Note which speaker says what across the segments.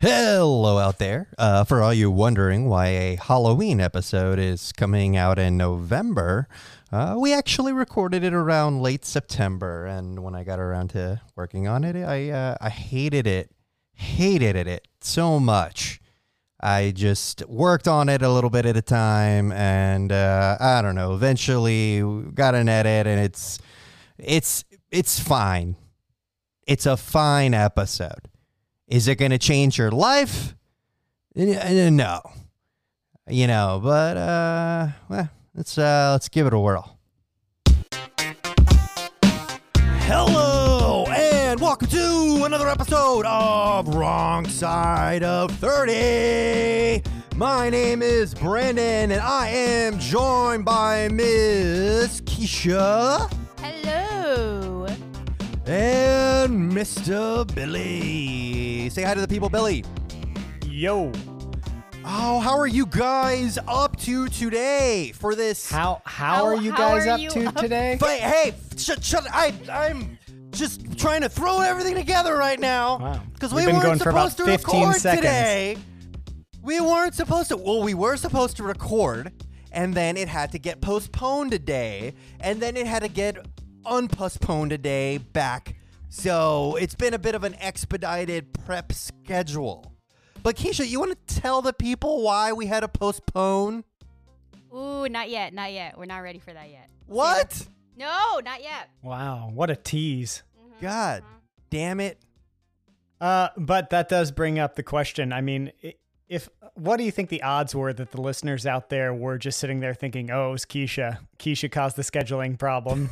Speaker 1: Hello out there. Uh, for all you wondering why a Halloween episode is coming out in November, uh, we actually recorded it around late September, and when I got around to working on it, I uh, I hated it, hated it, it so much. I just worked on it a little bit at a time, and uh, I don't know. Eventually, got an edit, and it's it's it's fine. It's a fine episode. Is it going to change your life? N- n- No, you know. But uh, well, let's uh, let's give it a whirl. Hello and welcome to another episode of Wrong Side of 30. My name is Brandon and I am joined by Miss Keisha
Speaker 2: Hello.
Speaker 1: and Mr. Billy. Say hi to the people, Billy.
Speaker 3: Yo,
Speaker 1: Oh, how are you guys up to today for this?
Speaker 3: how how,
Speaker 2: How-
Speaker 3: are you
Speaker 2: how
Speaker 3: guys
Speaker 2: are
Speaker 3: up
Speaker 2: you
Speaker 3: to
Speaker 2: up-
Speaker 3: today?
Speaker 1: But hey, shut, shut! I, I'm just trying to throw everything together right now
Speaker 3: Wow.
Speaker 1: because
Speaker 3: We've
Speaker 1: we
Speaker 3: been
Speaker 1: weren't
Speaker 3: going for about
Speaker 1: supposed to
Speaker 3: 15
Speaker 1: record
Speaker 3: seconds.
Speaker 1: today. We weren't supposed to. Well, we were supposed to record, and then it had to get postponed a day, and then it had to get unpostponed a day back. So it's been a bit of an expedited prep schedule. But Keisha, you want to tell the people why we had to postpone?
Speaker 2: Ooh, not yet, not yet. We're not ready for that yet.
Speaker 1: What?
Speaker 2: No, not yet.
Speaker 3: Wow, what a tease.
Speaker 1: God damn it.
Speaker 3: Uh, but that does bring up the question. I mean, i- if what do you think the odds were that the listeners out there were just sitting there thinking, "Oh, it was Keisha. Keisha caused the scheduling problem."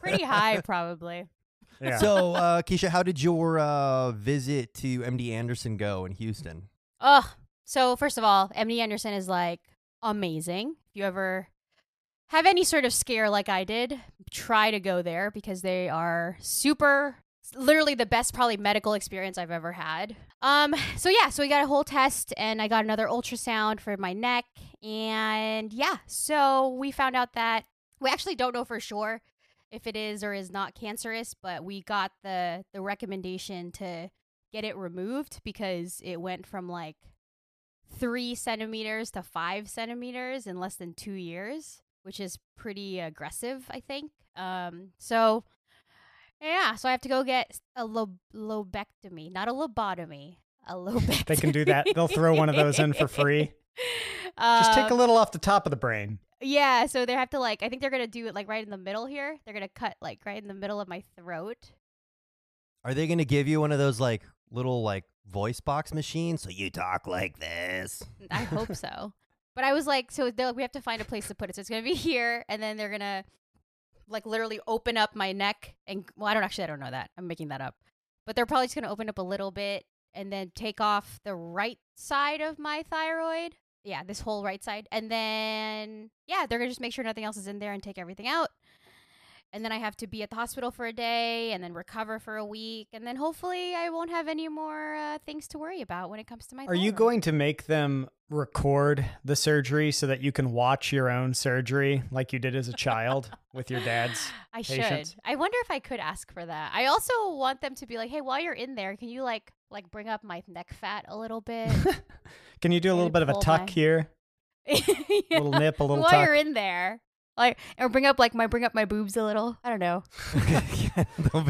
Speaker 2: Pretty high, probably.
Speaker 3: Yeah.
Speaker 1: So, uh, Keisha, how did your uh, visit to MD Anderson go in Houston?
Speaker 2: Ugh. So first of all, MD Anderson is like amazing. If you ever have any sort of scare like I did, try to go there because they are super literally the best probably medical experience I've ever had. Um so yeah, so we got a whole test and I got another ultrasound for my neck and yeah, so we found out that we actually don't know for sure if it is or is not cancerous, but we got the the recommendation to get it removed because it went from like three centimeters to five centimeters in less than two years, which is pretty aggressive, I think. Um, so yeah, so I have to go get a lo- lobectomy, not a lobotomy, a lobectomy.
Speaker 3: They can do that. They'll throw one of those in for free. just take a
Speaker 2: Um,
Speaker 3: little off the top of the brain.
Speaker 2: yeah, so they have to like I think they're gonna do it like right in the middle here. They're gonna cut like right in the middle of my throat.
Speaker 1: Are they going to give you one of those like little like voice box machines so you talk like this?
Speaker 2: I hope so. But I was like, so they're like, we have to find a place to put it. So it's gonna be here, and then they're gonna like literally open up my neck, and well, I don't actually, I don't know that. I'm making that up. But they're probably just gonna open up a little bit, and then take off the right side of my thyroid. Yeah, this whole right side, and then yeah, they're gonna just make sure nothing else is in there and take everything out. And then I have to be at the hospital for a day, and then recover for a week, and then hopefully I won't have any more uh, things to worry about when it comes to my.
Speaker 3: Are you
Speaker 2: thyroid.
Speaker 3: going to make them record the surgery so that you can watch your own surgery like you did as a child with your dad's?
Speaker 2: I
Speaker 3: patient.
Speaker 2: should. I wonder if I could ask for that. I also want them to be like, "Hey, while you're in there, can you like like bring up my neck fat a little bit?"
Speaker 3: Can you do a
Speaker 2: Way
Speaker 3: little
Speaker 2: to
Speaker 3: bit of a
Speaker 2: pull
Speaker 3: tuck
Speaker 2: my-
Speaker 3: here?
Speaker 2: Yeah.
Speaker 3: little nip, a little
Speaker 2: while
Speaker 3: tuck.
Speaker 2: you're in there, like or bring up like my bring up my boobs a little. I don't know.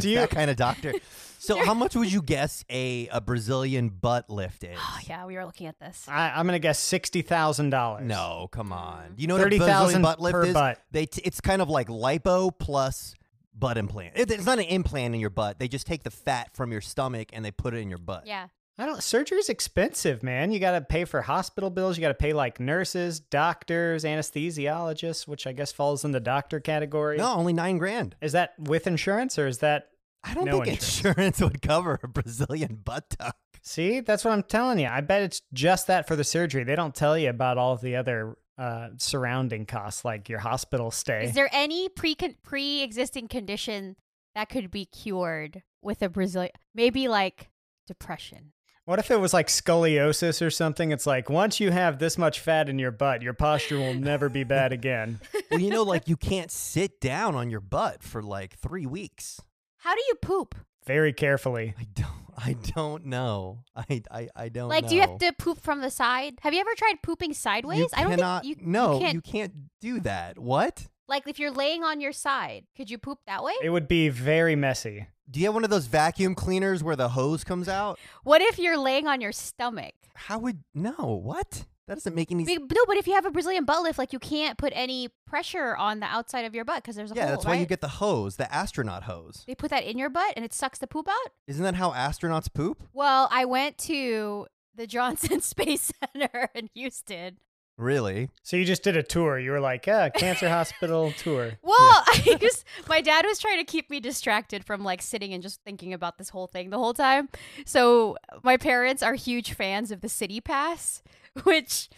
Speaker 1: Do
Speaker 3: you-
Speaker 1: that kind of doctor. So, how much would you guess a, a Brazilian butt lift is?
Speaker 2: Oh yeah, we were looking at this.
Speaker 3: I, I'm gonna guess sixty thousand dollars.
Speaker 1: No, come on. You know what a
Speaker 3: thirty
Speaker 1: Brazilian
Speaker 3: thousand
Speaker 1: butt lift
Speaker 3: per
Speaker 1: is?
Speaker 3: butt.
Speaker 1: They t- it's kind of like lipo plus butt implant. It- it's not an implant in your butt. They just take the fat from your stomach and they put it in your butt.
Speaker 2: Yeah.
Speaker 3: I don't. Surgery's expensive, man. You got to pay for hospital bills. You got to pay like nurses, doctors, anesthesiologists, which I guess falls in the doctor category.
Speaker 1: No, only nine grand.
Speaker 3: Is that with insurance or is that?
Speaker 1: I don't
Speaker 3: No
Speaker 1: think insurance. would cover a Brazilian butt tuck.
Speaker 3: See, that's what I'm telling you. I bet it's just that for the surgery. They don't tell you about all of the other uh, surrounding costs, like your hospital stay.
Speaker 2: Is there any pre pre existing condition that could be cured with a Brazilian? Maybe like depression.
Speaker 3: What if it was like scoliosis or something? It's like once you have this much fat in your butt, your posture will never be bad again.
Speaker 1: Well, you know, like you can't sit down on your butt for like three weeks.
Speaker 2: How do you poop?
Speaker 3: Very carefully.
Speaker 1: I don't. I don't know. I I, I
Speaker 3: Oh,
Speaker 1: don't
Speaker 2: Like,
Speaker 1: know.
Speaker 2: do you have to poop from the side? Have you ever tried pooping sideways?
Speaker 1: You
Speaker 2: I don't
Speaker 1: cannot,
Speaker 2: think you.
Speaker 1: no,
Speaker 2: you can't.
Speaker 1: do that. What?
Speaker 2: like, if you're laying on your side, could you poop that way?
Speaker 3: It would be very messy.
Speaker 1: Do you have one of those vacuum cleaners where the hose comes out?
Speaker 2: What if you're laying on your stomach?
Speaker 1: How would no? What? That doesn't make any
Speaker 2: Be-
Speaker 1: sense.
Speaker 2: No, but if you have a Brazilian butt lift, like you can't put any pressure on the outside of your butt because there's a
Speaker 1: Yeah,
Speaker 2: hole,
Speaker 1: that's why you
Speaker 2: right?
Speaker 1: get the hose, the astronaut hose.
Speaker 2: They put that in your butt and it sucks the poop out.
Speaker 1: Isn't that how astronauts poop?
Speaker 2: Well, I went to the Johnson Space Center in Houston.
Speaker 1: Really?
Speaker 3: So you just did a tour. You were like, ah, cancer hospital tour.
Speaker 2: Well, I just my dad was trying to keep me distracted from like sitting and just thinking about this whole thing the whole time. So my parents are huge fans of the City Pass, which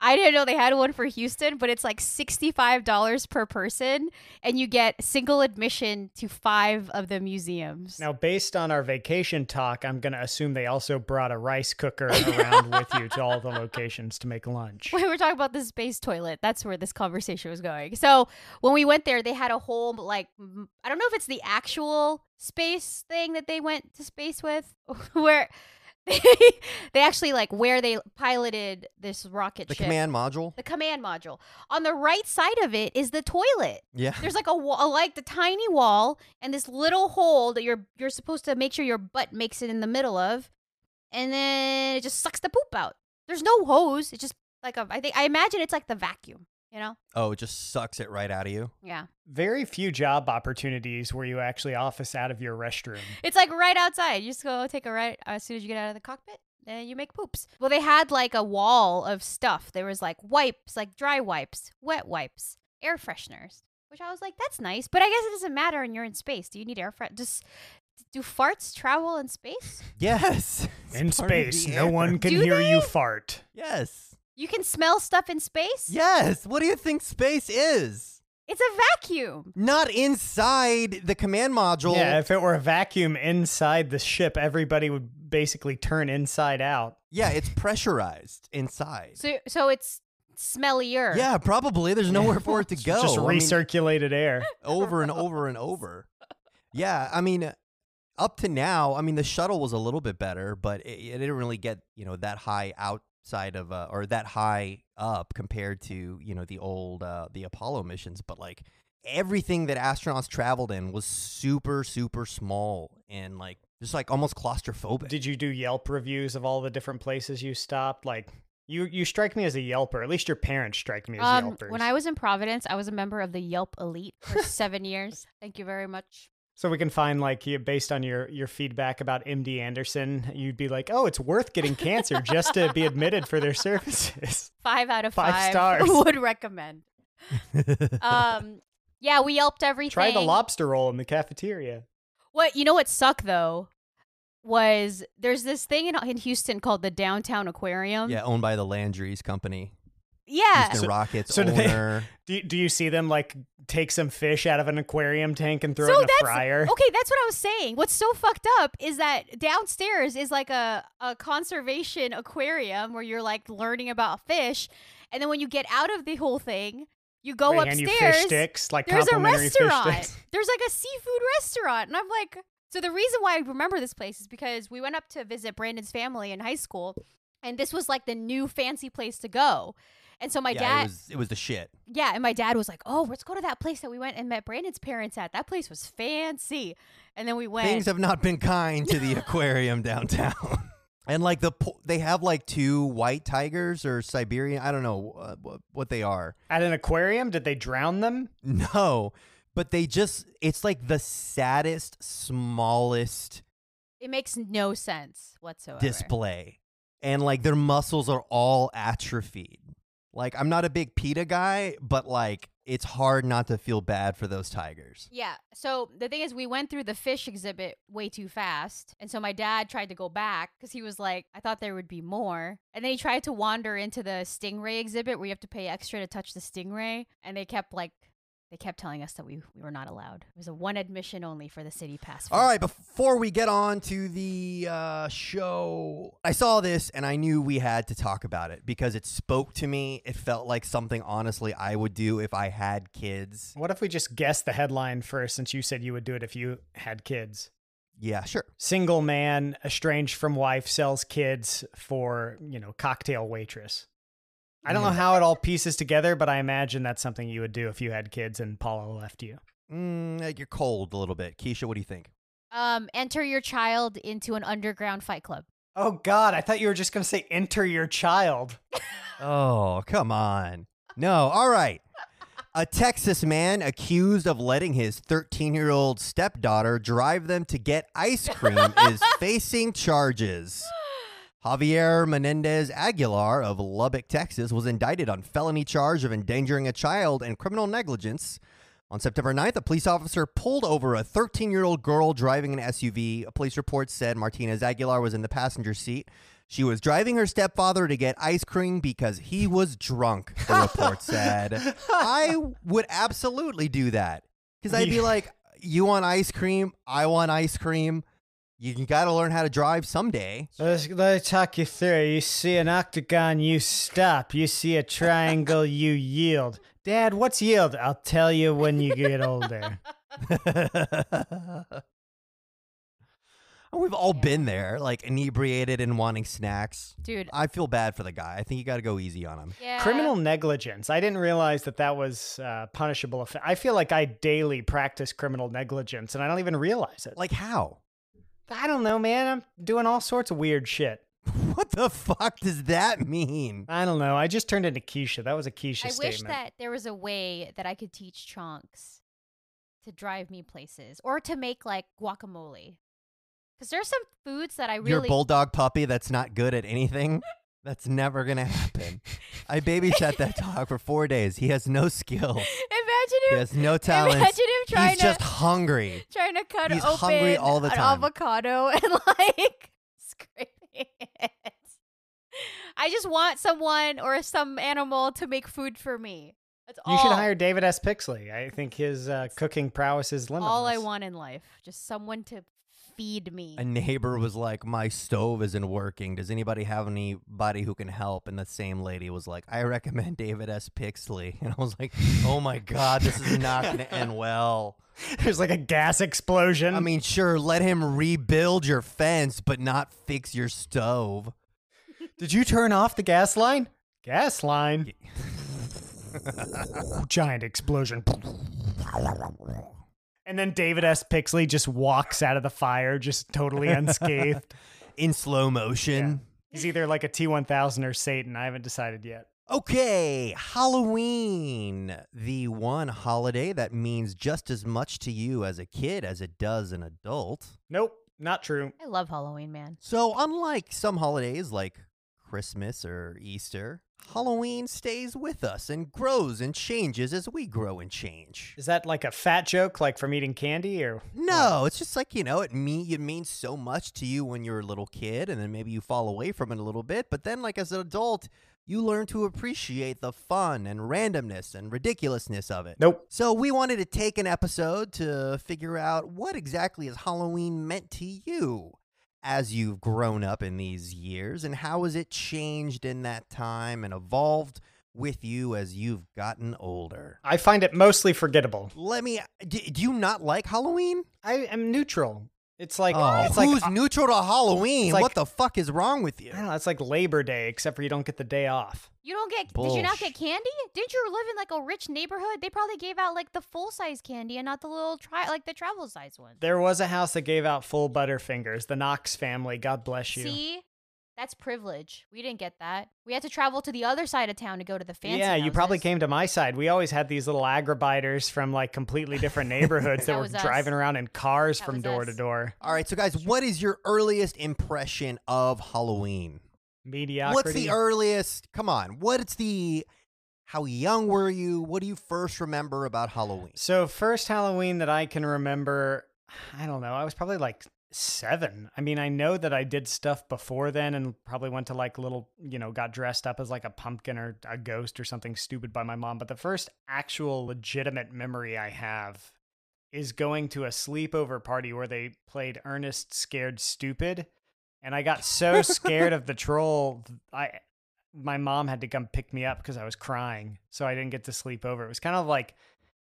Speaker 2: I didn't know they had one for Houston, but it's like sixty-five dollars per person, and you get single admission to five of the museums.
Speaker 3: Now, based on our vacation talk, I'm going to assume they also brought a rice cooker around with you to all the locations to make lunch.
Speaker 2: we were talking about the space toilet. That's where this conversation was going. So when we went there, they had a whole like m- I don't know if it's the actual space thing that they went to space with, where they, they actually like where they piloted this rocket
Speaker 1: The
Speaker 2: ship.
Speaker 1: command module?
Speaker 2: the command module. On the right side of it is the toilet.
Speaker 1: Yeah.
Speaker 2: There's like a wall, like the tiny wall, and this little hole that you're you're supposed to make sure your butt makes it in the middle of, and then it just sucks the poop out. There's no hose. It's just like a. I think I imagine it's like the vacuum. You know?
Speaker 1: Oh, it just sucks it right out of you.
Speaker 2: Yeah.
Speaker 3: Very few job opportunities where you actually office out of your restroom.
Speaker 2: It's like right outside. You just go take a right as soon as you get out of the cockpit. Then you make poops. Well, they had like a wall of stuff. There was like wipes, like dry wipes, wet wipes, air fresheners, which I was like, that's nice. But I guess it doesn't matter when you're in space. Do you need air fresh? Just do farts travel in space?
Speaker 1: Yes.
Speaker 3: In
Speaker 1: It's part of
Speaker 3: space,
Speaker 1: the
Speaker 3: no
Speaker 1: air.
Speaker 3: one can
Speaker 2: Do
Speaker 3: hear
Speaker 2: they?
Speaker 3: you fart.
Speaker 1: Yes.
Speaker 2: You can smell stuff in space?
Speaker 1: Yes. What do you think space is?
Speaker 2: It's a vacuum.
Speaker 1: Not inside the command module.
Speaker 3: Yeah, if it were a vacuum inside the ship, everybody would basically turn inside out.
Speaker 1: Yeah, it's pressurized inside.
Speaker 2: So so it's smellier.
Speaker 1: Yeah, probably. There's nowhere for it to go.
Speaker 3: Just
Speaker 1: I mean,
Speaker 3: recirculated air.
Speaker 1: over and over and over. Yeah, I mean, uh, up to now, I mean, the shuttle was a little bit better, but it, it didn't really get you know that high outside of uh, or that high up compared to you know the old uh, the Apollo missions. But like everything that astronauts traveled in was super super small and like just like almost claustrophobic.
Speaker 3: Did you do Yelp reviews of all the different places you stopped? Like, you you strike me as a Yelper. At least your parents strike me as
Speaker 2: Um,
Speaker 3: Yelpers.
Speaker 2: when I was in Providence, I was a member of the Yelp Elite for seven years. Thank you very much.
Speaker 3: So we can find like you- based on your your feedback about MD Anderson, you'd be like, "Oh, it's worth getting cancer just to be admitted for their services."
Speaker 2: Five out of
Speaker 3: Five
Speaker 2: five,
Speaker 3: stars.
Speaker 2: would recommend. Um, yeah, we Yelped everything.
Speaker 3: Try the lobster roll in the cafeteria.
Speaker 2: What you know? What sucked though was there's this thing in, in Houston called the Downtown Aquarium.
Speaker 1: yeah, owned by the Landry's company,
Speaker 2: yeah.
Speaker 1: Houston
Speaker 3: Um So-
Speaker 1: Rockets
Speaker 3: so do they-
Speaker 1: owner.
Speaker 3: Do you, do you see them like take some fish out of an aquarium tank and throw
Speaker 2: So
Speaker 3: it in
Speaker 2: that's-
Speaker 3: a fryer?
Speaker 2: Okay, that's what I was saying. What's so fucked up is that downstairs is like a, a conservation aquarium where you're like learning about fish. And then when you get out of the whole thing, you go
Speaker 3: They hand you
Speaker 2: upstairs.
Speaker 3: fish sticks, like
Speaker 2: there's a
Speaker 3: complimentary fish
Speaker 2: restaurant.
Speaker 3: sticks.
Speaker 2: There's like a seafood restaurant. And I'm like, so the reason why I remember this place is because we went up to visit Brandon's family in high school. And this was like the new fancy place to go. And so my
Speaker 1: yeah,
Speaker 2: dad.
Speaker 1: it was it was the shit.
Speaker 2: Yeah, and my dad was like, "Oh, let's go to that place that we went and met Brandon's parents at. That place was fancy." And then we went.
Speaker 1: Things have not been kind to the aquarium downtown. And like the po- they have like two white tigers or Siberian, I don't know uh, wh- what they are.
Speaker 3: At an aquarium, did they drown them?
Speaker 1: No, but they just it's like the saddest smallest
Speaker 2: it makes no sense whatsoever.
Speaker 1: display. And like their muscles are all atrophied. Like I'm not a big PETA guy, but like it's hard not to feel bad for those tigers.
Speaker 2: Yeah. So the thing is, we went through the fish exhibit way too fast, and so my dad tried to go back because he was like, "I thought there would be more," and then he tried to wander into the stingray exhibit where you have to pay extra to touch the stingray, and they kept like. They kept telling us that we, we were not allowed. It was a one admission only for the city pass.
Speaker 1: All right, before we get on to the uh, show, I saw this and I knew we had to talk about it because it spoke to me. It felt like something, honestly, I would do if I had kids.
Speaker 3: What if we just guess the headline first, since you said you would do it if you had kids?
Speaker 1: Yeah, sure.
Speaker 3: Single man, estranged from wife, sells kids for, you know, cocktail waitress. I don't know
Speaker 1: Yeah.
Speaker 3: how it all pieces together, but I imagine that's something you would do if you had kids and Paula left you.
Speaker 1: Mm, uh, you're cold a little bit. Keisha, what do you think?
Speaker 2: Um, enter your child into an underground fight club.
Speaker 3: Oh God, I thought you were just gonna say enter your child.
Speaker 1: Oh, come on. No, all right. A Texas man accused of letting his 13 year old stepdaughter drive them to get ice cream is facing charges. Javier Menendez Aguilar of Lubbock, Texas, was indicted on felony charge of endangering a child and criminal negligence. On September 9th, a police officer pulled over a 13 year old girl driving an SUV. A police report said Martinez Aguilar was in the passenger seat. She was driving her stepfather to get ice cream because he was drunk, the report said. I would absolutely do that because I'd be
Speaker 3: Yeah.
Speaker 1: like, you want ice cream? I want ice cream. You got to learn how to drive someday.
Speaker 3: Let's let me talk you through. You see an octagon, you stop. You see a triangle, you yield. Dad, what's yield? I'll tell you when you get older.
Speaker 1: And We've all been there, like inebriated and wanting snacks.
Speaker 2: Dude.
Speaker 1: I feel bad for the guy. I think you got to go easy on him.
Speaker 2: Yeah.
Speaker 3: Criminal negligence. I didn't realize that that was uh, punishable. Off- I feel like I daily practice criminal negligence, and I don't even realize it.
Speaker 1: Like, how?
Speaker 3: I don't know, man. I'm doing all sorts of weird shit.
Speaker 1: What the fuck does that mean?
Speaker 3: I don't know. I just turned into Keisha. That was a Keisha
Speaker 2: I
Speaker 3: statement.
Speaker 2: wish that there was a way that I could teach Chonks to drive me places or to make like guacamole. Because there's some foods that I
Speaker 1: Your
Speaker 2: really
Speaker 1: bulldog puppy that's not good at anything? That's never going to happen. I babysat that dog for four days. He has no skill,
Speaker 2: imagine
Speaker 1: he
Speaker 2: him.
Speaker 1: has no
Speaker 2: Imagine
Speaker 1: talent.
Speaker 2: him trying
Speaker 1: He's
Speaker 2: to
Speaker 1: just hungry.
Speaker 2: trying to cut
Speaker 1: he's
Speaker 2: open
Speaker 1: hungry all the
Speaker 2: an
Speaker 1: time.
Speaker 2: avocado and like scraping it. I just want someone or some animal to make food for me. That's all.
Speaker 3: You should hire David S. Pixley. I think his uh, cooking prowess is limitless.
Speaker 2: all I want in life. Just someone to feed me.
Speaker 1: A neighbor was like, My stove isn't working. Does anybody have anybody who can help? And the same lady was like, I recommend David S. Pixley. And I was like, Oh my God, this is not going to end well.
Speaker 3: There's like a gas explosion.
Speaker 1: I mean, sure, let him rebuild your fence, but not fix your stove.
Speaker 3: did you turn off the gas line? Gas line. Giant explosion. And then David S. Pixley just walks out of the fire, just totally unscathed.
Speaker 1: In slow motion.
Speaker 3: He's either like a T 1000 or Satan. I haven't decided yet.
Speaker 1: Okay, Halloween, the one holiday that means just as much to you as a kid as it does an adult.
Speaker 3: Nope, not true.
Speaker 2: I love Halloween, man.
Speaker 1: So, unlike some holidays like Christmas or Easter, Halloween stays with us and grows and changes as we grow and change.
Speaker 3: Is that like a fat joke, like from eating candy, or
Speaker 1: No, it's just like, you know, it mean it means so much to you when you're a little kid and then maybe you fall away from it a little bit, but then like as an adult, you learn to appreciate the fun and randomness and ridiculousness of it.
Speaker 3: Nope.
Speaker 1: So we wanted to take an episode to figure out what exactly is Halloween meant to you as you've grown up in these years and how has it changed in that time and evolved with you as you've gotten older.
Speaker 3: I find it mostly forgettable.
Speaker 1: Let me do, do you not like Halloween?
Speaker 3: I am neutral. It's like
Speaker 1: oh,
Speaker 3: it's like uh,
Speaker 1: who's neutral to Halloween?
Speaker 3: it's like-
Speaker 1: what the fuck is wrong with you?
Speaker 3: I don't know, it's like Labor Day, except for you don't get the day off.
Speaker 2: You don't get. Did you not get
Speaker 1: Bullsh-
Speaker 2: candy? Didn't you live in like a rich neighborhood? They probably gave out like the full size candy and not the little try like the travel size one.
Speaker 3: There was a house that gave out full Butterfingers, the Knox family. God bless you.
Speaker 2: See, that's privilege. We didn't get that. We had to travel to the other side of town to go to the fancy.
Speaker 3: yeah, you probably
Speaker 2: houses.
Speaker 3: came to my side. We always had these little agribiters from like completely different neighborhoods that,
Speaker 2: That
Speaker 3: were
Speaker 2: was us.
Speaker 3: driving around in cars
Speaker 2: That
Speaker 3: from
Speaker 2: was
Speaker 3: door
Speaker 2: us.
Speaker 3: to door.
Speaker 1: All right, so guys, what is your earliest impression of Halloween?
Speaker 3: Mediocrity.
Speaker 1: What's the earliest? Come on, what's the? How young were you? What do you first remember about Halloween?
Speaker 3: So first Halloween that I can remember, I don't know. I was probably like seven. I mean, I know that I did stuff before then, and probably went to like little, you know, got dressed up as like a pumpkin or a ghost or something stupid by my mom. But the first actual legitimate memory I have is going to a sleepover party where they played Ernest Scared Stupid, and I got so scared of the troll, I my mom had to come pick me up because I was crying, so I didn't get to sleep over. It was kind of like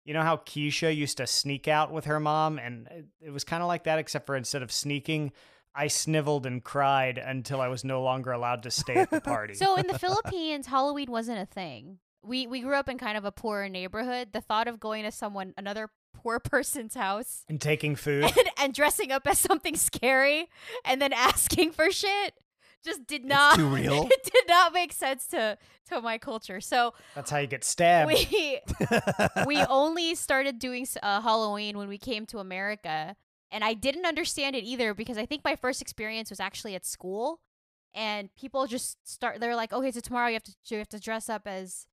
Speaker 3: You know how Keisha used to sneak out with her mom? And it- it was kind of like that, except for instead of sneaking, I sniveled and cried until I was no longer allowed to stay at the party.
Speaker 2: So in the Philippines, Halloween wasn't a thing. We we grew up in kind of a poor neighborhood. The thought of going to someone another poor person's house
Speaker 3: and taking food.
Speaker 2: and, and dressing up as something scary and then asking for shit just did not
Speaker 1: too real.
Speaker 2: it did not make sense to to my culture. So
Speaker 3: That's how you get stabbed.
Speaker 2: we we only started doing s- uh, Halloween when we came to America, and I didn't understand it either because I think my first experience was actually at school, and people just start. They're like, "Okay, so tomorrow you have to you have to dress up as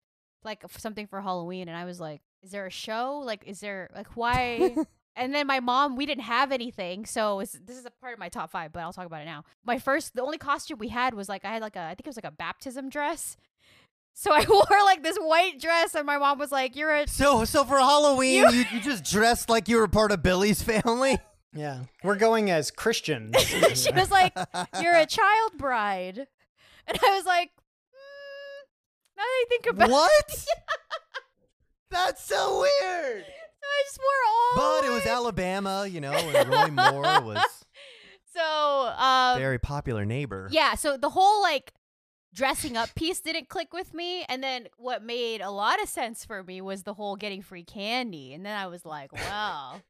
Speaker 2: like f- something for Halloween," and I was like, "Is there a show? Like, is there like why?" and then my mom, we didn't have anything, so it's, this is a part of my top five, but I'll talk about it now. My first, the only costume we had was like I had like a I think it was like a baptism dress. So I wore like this white dress, and my mom was like, "You're a
Speaker 1: So, so for Halloween, you, you just dressed like you were part of Billy's family.
Speaker 3: yeah. We're going as Christians.
Speaker 2: she was like, "You're a child bride," and I was like, mm, "Now that I think about it,
Speaker 1: What? That's so weird.
Speaker 2: I just wore all."
Speaker 1: But it was Alabama, you know, and Roy Moore was
Speaker 2: so. Um,
Speaker 1: very popular neighbor.
Speaker 2: yeah, so the whole like dressing up piece didn't click with me, and then what made a lot of sense for me was the whole getting free candy, and then I was like, "Wow,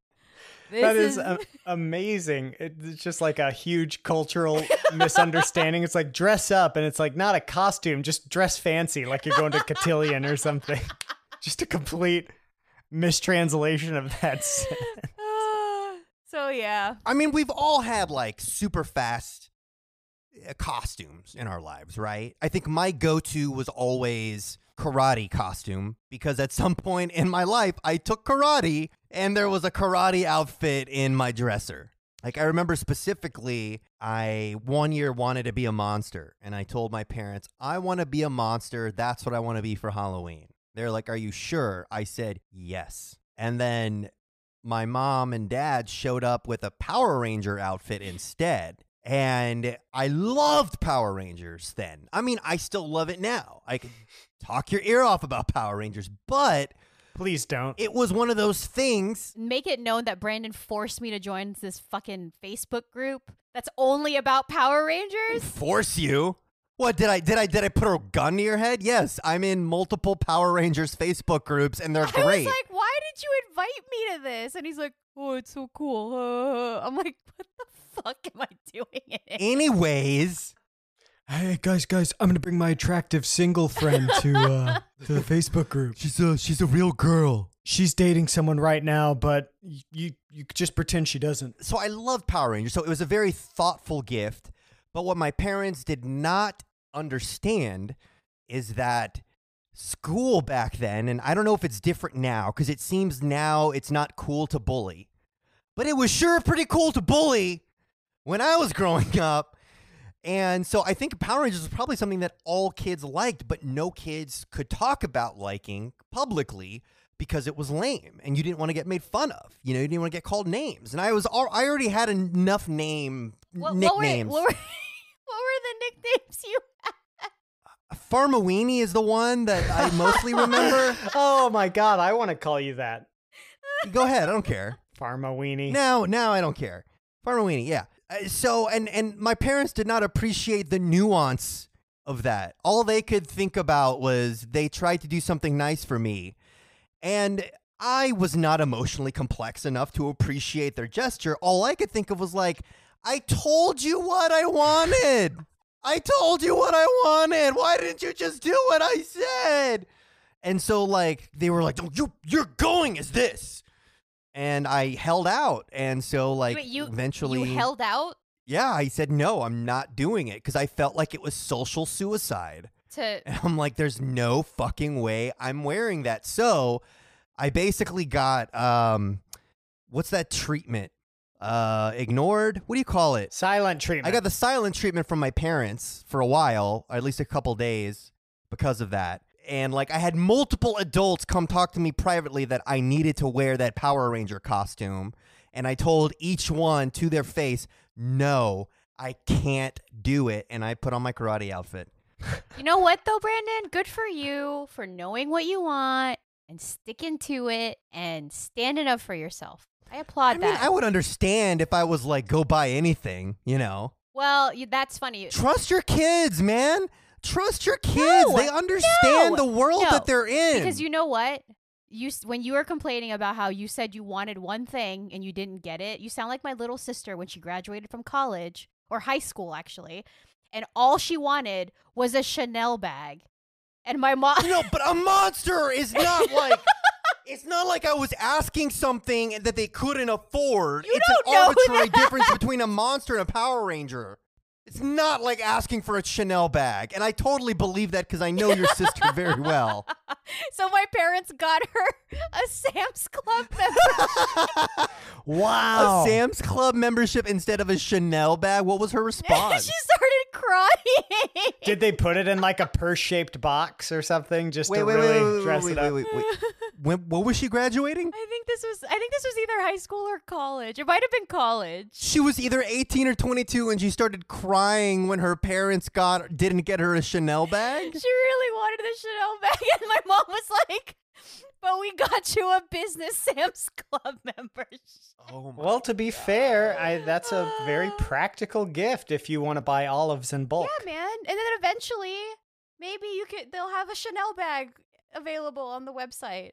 Speaker 2: this
Speaker 3: that is a- amazing. It- It's just like a huge cultural misunderstanding. It's like dress up, and it's like not a costume, just dress fancy, like you're going to cotillion or something. Just a complete mistranslation of that. sen-
Speaker 2: so yeah."
Speaker 1: I mean, we've all had like super fast uh, costumes in our lives, right? I think my go to was always karate costume because at some point in my life, I took karate and there was a karate outfit in my dresser. Like, I remember specifically, I one year wanted to be a monster and I told my parents, I want to be a monster. That's what I want to be for Halloween. They're like, Are you sure? I said, Yes. And then my mom and dad showed up with a Power Ranger outfit instead. And I loved Power Rangers then. I mean, I still love it now. I could talk your ear off about Power Rangers, but
Speaker 3: Please don't.
Speaker 1: it was one of those things.
Speaker 2: make it known that Brandon forced me to join this fucking Facebook group that's only about Power Rangers.
Speaker 1: Force you. What did I did I did I put a gun to your head? Yes, I'm in multiple Power Rangers Facebook groups and they're
Speaker 2: I was
Speaker 1: great.
Speaker 2: like, why did you invite me to this? And he's like, oh, it's so cool. Uh, I'm like, what the fuck am I doing? in it?"
Speaker 1: Anyways,
Speaker 3: Hey guys, guys, I'm gonna bring my attractive single friend to uh, to the Facebook group.
Speaker 1: she's a she's a real girl.
Speaker 3: She's dating someone right now, but y- you you could just pretend she doesn't.
Speaker 1: so I loved Power Rangers. So it was a very thoughtful gift. But what my parents did not understand is that school back then, and I don't know if it's different now, because it seems now it's not cool to bully, but it was sure pretty cool to bully when I was growing up. And so I think Power Rangers was probably something that all kids liked, but no kids could talk about liking publicly because it was lame and you didn't want to get made fun of. You know, you didn't want to get called names. And I was al- I already had enough name
Speaker 2: What, what were,
Speaker 1: nicknames.
Speaker 2: what, were, what were the nicknames you
Speaker 1: Farmawini is the one that I mostly remember.
Speaker 3: Oh my god, I want to call you that,
Speaker 1: Go ahead, I don't care.
Speaker 3: Pharma Weenie.
Speaker 1: Now, now I don't care. Farmawini, yeah. Uh, so, and and my parents did not appreciate the nuance of that. All they could think about was they tried to do something nice for me, and I was not emotionally complex enough to appreciate their gesture. All I could think of was like, I told you what I wanted. I told you what I wanted. Why didn't you just do what I said? And so like they were like, "No, you you're going as this." And I held out. And so like
Speaker 2: Wait, you-
Speaker 1: eventually
Speaker 2: you held out
Speaker 1: Yeah, I said no, I'm not doing it cuz I felt like it was social suicide.
Speaker 2: to?
Speaker 1: And I'm like, there's no fucking way I'm wearing that. So I basically got um what's that treatment? Uh ignored? What do you call it?
Speaker 3: Silent treatment.
Speaker 1: I got the silent treatment from my parents for a while, or at least a couple days, because of that. And like I had multiple adults come talk to me privately that I needed to wear that Power Ranger costume. And I told each one to their face, no, I can't do it. And I put on my karate outfit.
Speaker 2: You know what though, Brandon? Good for you for knowing what you want and sticking to it and standing up for yourself. I applaud
Speaker 1: I mean,
Speaker 2: that.
Speaker 1: I would understand if I was like, go buy anything, you know?
Speaker 2: well, you, that's funny.
Speaker 1: Trust your kids, man. Trust your kids.
Speaker 2: No,
Speaker 1: they understand
Speaker 2: no,
Speaker 1: the world
Speaker 2: no,
Speaker 1: that they're in.
Speaker 2: Because you know what? You s- when you were complaining about how you said you wanted one thing and you didn't get it, you sound like my little sister when she graduated from college or high school actually, and all she wanted was a Chanel bag. And my mom
Speaker 1: No, but a monster is not like. It's not like I was asking something that they couldn't afford.
Speaker 2: You
Speaker 1: it's
Speaker 2: don't
Speaker 1: an
Speaker 2: know
Speaker 1: arbitrary difference between a monster and a Power Ranger. It's not like asking for a Chanel bag. And I totally believe that because I know your sister very well.
Speaker 2: so my parents got her a Sam's Club membership.
Speaker 3: Wow.
Speaker 1: A Sam's Club membership instead of a Chanel bag. What was her response?
Speaker 2: she started crying.
Speaker 3: Did they put it in like a purse shaped box or something just
Speaker 1: wait,
Speaker 3: to
Speaker 1: wait,
Speaker 3: really
Speaker 1: wait, wait,
Speaker 3: dress
Speaker 1: wait,
Speaker 3: it up?
Speaker 1: wait, wait, wait. When, what was she graduating?
Speaker 2: I think this was I think this was either high school or college. It might have been college.
Speaker 1: She was either 18 or 22 and she started crying when her parents got didn't get her a Chanel bag.
Speaker 2: She really wanted the Chanel bag, and my mom was like, "But we got you a business Sam's Club membership."
Speaker 1: Oh
Speaker 3: Well, to be fair, I, that's a very practical gift if you want to buy olives in bulk.
Speaker 2: Yeah, man. And then eventually, maybe you could. They'll have a Chanel bag available on the website.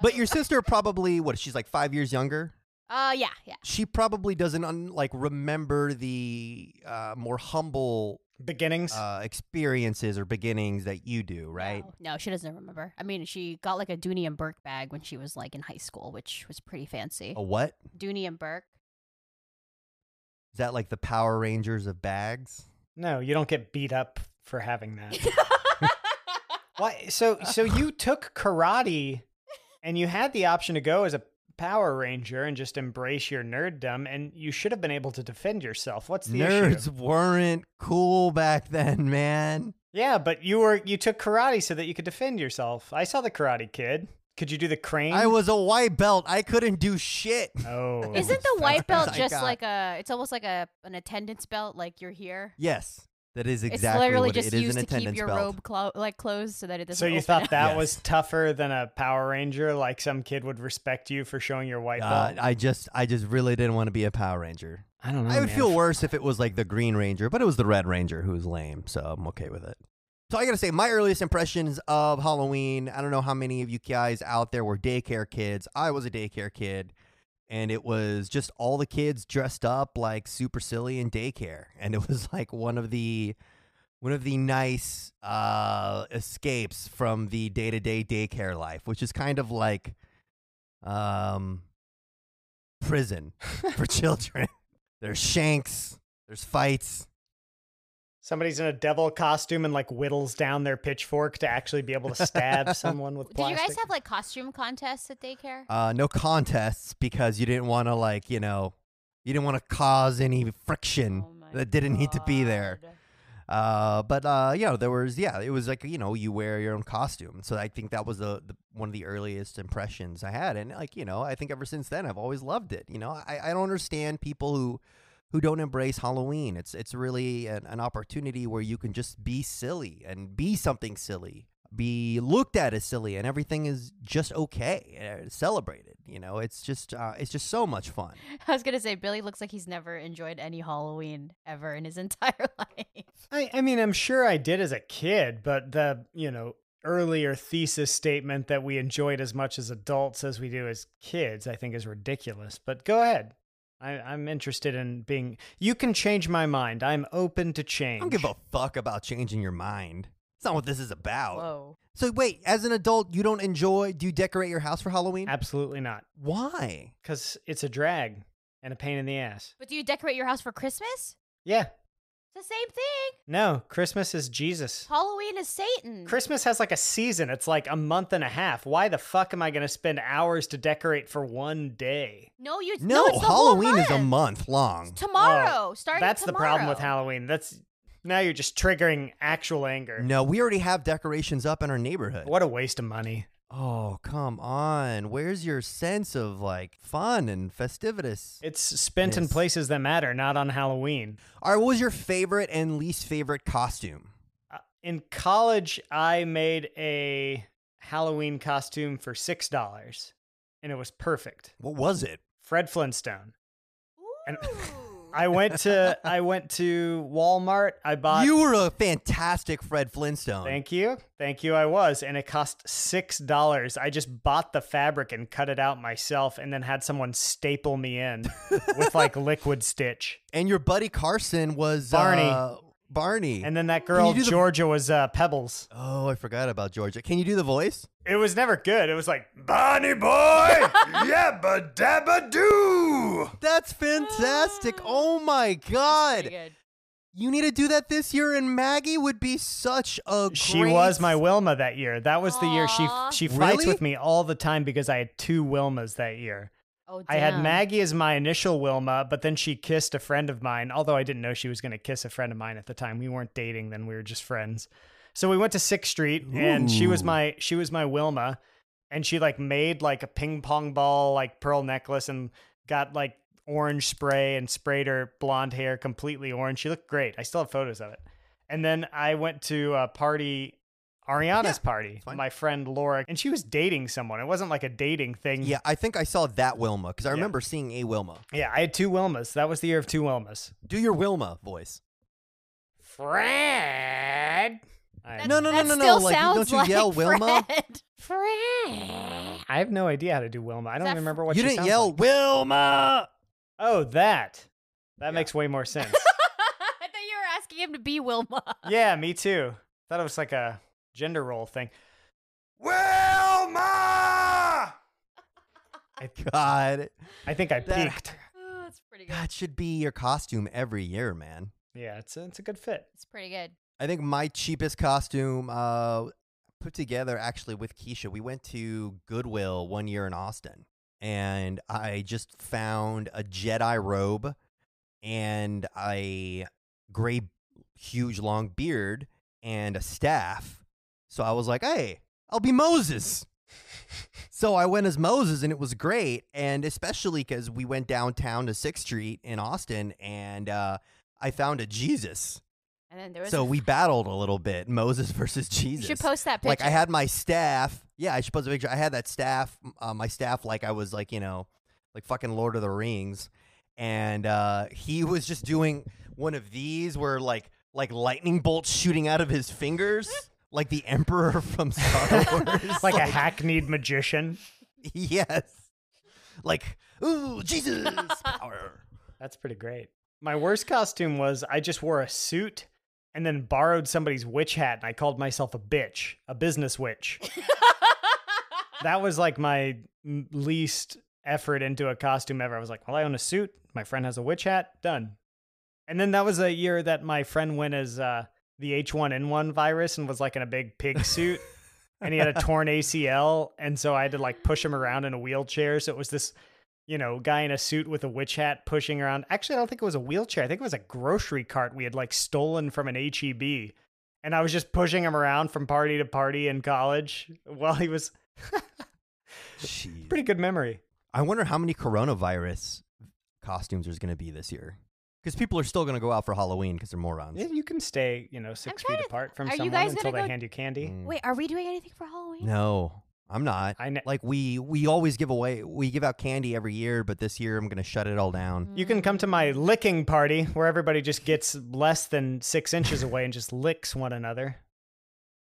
Speaker 1: But your sister probably what? She's like 5 years younger.
Speaker 2: Uh, yeah, yeah.
Speaker 1: She probably doesn't un, like remember the uh, more humble
Speaker 3: Beginnings.
Speaker 1: uh, experiences or beginnings that you do, right?
Speaker 2: No, no, she doesn't remember. I mean, she got like a Dooney and Burke bag when she was like in high school, which was pretty fancy.
Speaker 1: A what?
Speaker 2: Dooney and Burke.
Speaker 1: Is that like the Power Rangers of bags?
Speaker 3: no, you don't get beat up for having that. Why? So, so you took karate, and you had the option to go as a Power Ranger and just embrace your nerddom, and you should have been able to defend yourself. What's the
Speaker 1: Nerds
Speaker 3: issue?
Speaker 1: weren't cool back then, man.
Speaker 3: Yeah, but you were you took karate so that you could defend yourself. I saw the Karate Kid. Could you do the crane?
Speaker 1: I was a white belt. I couldn't do shit.
Speaker 3: Oh,
Speaker 2: Isn't the
Speaker 1: That's
Speaker 2: white belt
Speaker 1: I
Speaker 2: just
Speaker 1: got.
Speaker 2: like a? It's almost like a an attendance belt. Like you're here.
Speaker 1: Yes, that is exactly
Speaker 2: it's literally
Speaker 1: what
Speaker 2: just
Speaker 1: it is.
Speaker 2: used
Speaker 1: an
Speaker 2: to keep
Speaker 1: attendance
Speaker 2: your
Speaker 1: belt.
Speaker 2: robe clo- like closed so that it doesn't.
Speaker 3: So you
Speaker 2: open
Speaker 3: thought
Speaker 2: up.
Speaker 3: that
Speaker 1: Yes.
Speaker 3: was tougher than a Power Ranger? Like some kid would respect you for showing your white
Speaker 1: Uh,
Speaker 3: belt?
Speaker 1: I just, I just really didn't want to be a Power Ranger.
Speaker 3: I don't know.
Speaker 1: I would
Speaker 3: man.
Speaker 1: feel worse if it was like the Green Ranger, but it was the Red Ranger who was lame, so I'm okay with it. So I gotta say, my earliest impressions of Halloween, I don't know how many of you guys out there were daycare kids. I was a daycare kid, and it was just all the kids dressed up like super silly in daycare. And it was like one of the one of the nice uh escapes from the day-to-day daycare life, which is kind of like um prison for children. There's shanks. There's fights.
Speaker 3: Somebody's in a devil costume and like whittles down their pitchfork to actually be able to stab someone with
Speaker 2: Did you
Speaker 3: plastic.
Speaker 2: guys have like costume contests at daycare?
Speaker 1: Uh, no contests because you didn't want to like you know you didn't want to cause any friction
Speaker 2: Oh my
Speaker 1: that didn't need to be there.
Speaker 2: God.
Speaker 1: Uh, but uh, you know there was yeah it was like you know you wear your own costume. So I think that was the, the one of the earliest impressions I had, and like you know I think ever since then I've always loved it. You know I, I don't understand people who who don't embrace Halloween. It's it's really an, an opportunity where you can just be silly and be something silly, be looked at as silly, and everything is just okay, uh, celebrated. You know, it's just uh, it's just so much fun.
Speaker 2: I was gonna say Billy looks like he's never enjoyed any Halloween ever in his entire life.
Speaker 3: I, I mean, I'm sure I did as a kid, but the, you know, earlier thesis statement that we enjoyed as much as adults as we do as kids, I think is ridiculous. But go ahead. I, I'm interested in being. You can change my mind. I'm open to
Speaker 1: I
Speaker 3: change.
Speaker 1: don't give a fuck about changing your mind. It's not what this is about.
Speaker 2: Whoa.
Speaker 1: So wait, as an adult, you don't enjoy? Do you decorate your house for Halloween?
Speaker 3: Absolutely not.
Speaker 1: Why?
Speaker 3: Because it's a drag and a pain in the ass.
Speaker 2: But do you decorate your house for Christmas?
Speaker 3: Yeah.
Speaker 2: It's the same thing.
Speaker 3: No, Christmas is Jesus.
Speaker 2: Halloween is Satan.
Speaker 3: Christmas has like a season. It's like a month and a half. Why the fuck am I going to spend hours to decorate for one day?
Speaker 2: no, you
Speaker 1: No,
Speaker 2: it's the whole
Speaker 1: Halloween is a month long.
Speaker 2: Tomorrow, starting
Speaker 3: Oh, That's the problem with
Speaker 2: tomorrow.
Speaker 3: Halloween. That's now you're just triggering actual anger.
Speaker 1: No, we already have decorations up in our neighborhood.
Speaker 3: What a waste of money.
Speaker 1: Oh, come on. Where's your sense of like fun and festivitous?
Speaker 3: It's spent in
Speaker 1: Yes.
Speaker 3: places that matter, not on Halloween.
Speaker 1: All right, what was your favorite and least favorite costume?
Speaker 3: Uh, in college, I made a Halloween costume for $6, and it was perfect.
Speaker 1: What was it?
Speaker 3: Fred Flintstone. And-
Speaker 2: Ooh.
Speaker 3: I went to I went to Walmart. I bought
Speaker 1: you were a fantastic Fred Flintstone.
Speaker 3: Thank you. Thank you. I was. And it cost $6. I just bought the fabric and cut it out myself and then had someone staple me in with like liquid stitch.
Speaker 1: and your buddy Carson was
Speaker 3: Barney.
Speaker 1: uh, Barney.
Speaker 3: And then that
Speaker 1: you
Speaker 3: girl,
Speaker 1: do the-
Speaker 3: Georgia, was uh, Pebbles.
Speaker 1: oh, I forgot about Georgia. Can you do the voice?
Speaker 3: It was never good. It was like,
Speaker 1: Barney boy, yabba dabba doo. That's fantastic.
Speaker 3: Ah.
Speaker 1: Oh my
Speaker 2: Pretty
Speaker 1: god.
Speaker 2: good.
Speaker 1: You need to do that this year, and Maggie would be such a.
Speaker 3: she
Speaker 1: great-
Speaker 3: was my Wilma that year. That was the year she
Speaker 2: Aw.
Speaker 3: she fights
Speaker 1: Really?
Speaker 3: with me all the time because I had two Wilmas that year.
Speaker 2: Oh,
Speaker 3: I had
Speaker 2: damn.
Speaker 3: Maggie as my initial Wilma, but then she kissed a friend of mine, although I didn't know she was going to kiss a friend of mine at the time. We weren't dating then, we were just friends. So we went to 6th Street and she was
Speaker 1: Ooh.
Speaker 3: my she was my Wilma and she like made like a ping pong ball like pearl necklace and got like orange spray and sprayed her blonde hair completely orange. She looked great. I still have photos of it. And then I went to a party Ariana's
Speaker 1: Yeah,
Speaker 3: party,
Speaker 1: fine.
Speaker 3: my friend Laura, and she was dating someone. It wasn't like a dating thing.
Speaker 1: Yeah, I think I saw that Wilma because I remember seeing a Wilma.
Speaker 3: Yeah, I had two Wilmas. That was the year of two Wilmas.
Speaker 1: Do your Wilma voice.
Speaker 3: Fred. I,
Speaker 1: No, no, no,
Speaker 2: That
Speaker 1: no, no.
Speaker 2: still
Speaker 1: Like, you-
Speaker 2: sounds
Speaker 1: don't you yell
Speaker 2: like
Speaker 1: Wilma?
Speaker 2: Fred.
Speaker 3: Fred. I have no idea how to do Wilma. I
Speaker 2: Is
Speaker 3: don't
Speaker 2: that
Speaker 3: even remember what
Speaker 1: you
Speaker 3: she
Speaker 1: didn't
Speaker 3: sounds
Speaker 1: yell
Speaker 3: like.
Speaker 1: Wilma.
Speaker 3: Oh, that. That
Speaker 1: Yeah.
Speaker 3: makes way more sense.
Speaker 2: I thought you were asking him to be Wilma.
Speaker 3: yeah, me too. Thought it was like a gender role thing.
Speaker 1: Wilma. God,
Speaker 3: I think I
Speaker 1: That-
Speaker 3: peaked.
Speaker 2: Oh, that's pretty good.
Speaker 1: that should be your costume every year, man.
Speaker 3: Yeah, it's a, it's a good fit.
Speaker 2: It's pretty good.
Speaker 1: I think my cheapest costume uh, put together actually with Keisha. We went to Goodwill one year in Austin, and I just found a Jedi robe and a gray, huge, long beard and a staff. So I was like, "Hey, I'll be Moses." so I went as Moses, and it was great. And especially because we went downtown to Sixth Street in Austin, and uh, I found a Jesus.
Speaker 2: And then there was
Speaker 1: So
Speaker 2: a-
Speaker 1: we battled a little bit, Moses versus
Speaker 2: You
Speaker 1: Jesus.
Speaker 2: should post that picture.
Speaker 1: like I had my staff. Yeah, I should post a picture. I had that staff, m- uh, my staff, like I was like you know, like fucking Lord of the Rings, and uh, he was just doing one of these where like like lightning bolts shooting out of his fingers, like the Emperor from Star Wars,
Speaker 3: Like a hackneyed magician.
Speaker 1: yes, like ooh Jesus power.
Speaker 3: That's pretty great. My worst costume was I just wore a suit and then borrowed somebody's witch hat and I called myself a bitch, a business witch. that was like my m- least effort into a costume ever. I was like, well, I own a suit. My friend has a witch hat. Done. And then that was a year that my friend went as uh, the H1N1 virus and was like in a big pig suit. and he had a torn ACL. And so I had to like push him around in a wheelchair. So it was this, you know, guy in a suit with a witch hat pushing around. Actually, I don't think it was a wheelchair. I think it was a grocery cart we had like stolen from an HEB. And I was just pushing him around from party to party in college while he was
Speaker 1: Jeez.
Speaker 3: Pretty good memory.
Speaker 1: I wonder how many coronavirus costumes there's going to be this year. Because people are still going to go out for Halloween because they're morons.
Speaker 3: Yeah, you can stay, you know, 6
Speaker 2: trying
Speaker 3: feet
Speaker 2: to th-
Speaker 3: apart from
Speaker 2: are you
Speaker 3: someone
Speaker 2: guys
Speaker 3: until
Speaker 2: gonna
Speaker 3: they
Speaker 2: go-
Speaker 3: hand you candy.
Speaker 1: Mm.
Speaker 2: Wait, are we doing anything for Halloween?
Speaker 1: No, I'm not.
Speaker 3: I know.
Speaker 1: Like we we always give away we give out candy every year, but this year I'm going to shut it all
Speaker 2: Mm-hmm.
Speaker 1: down.
Speaker 3: You can come to my
Speaker 2: Mm.
Speaker 3: licking party where everybody just gets less than six inches away and just licks one another.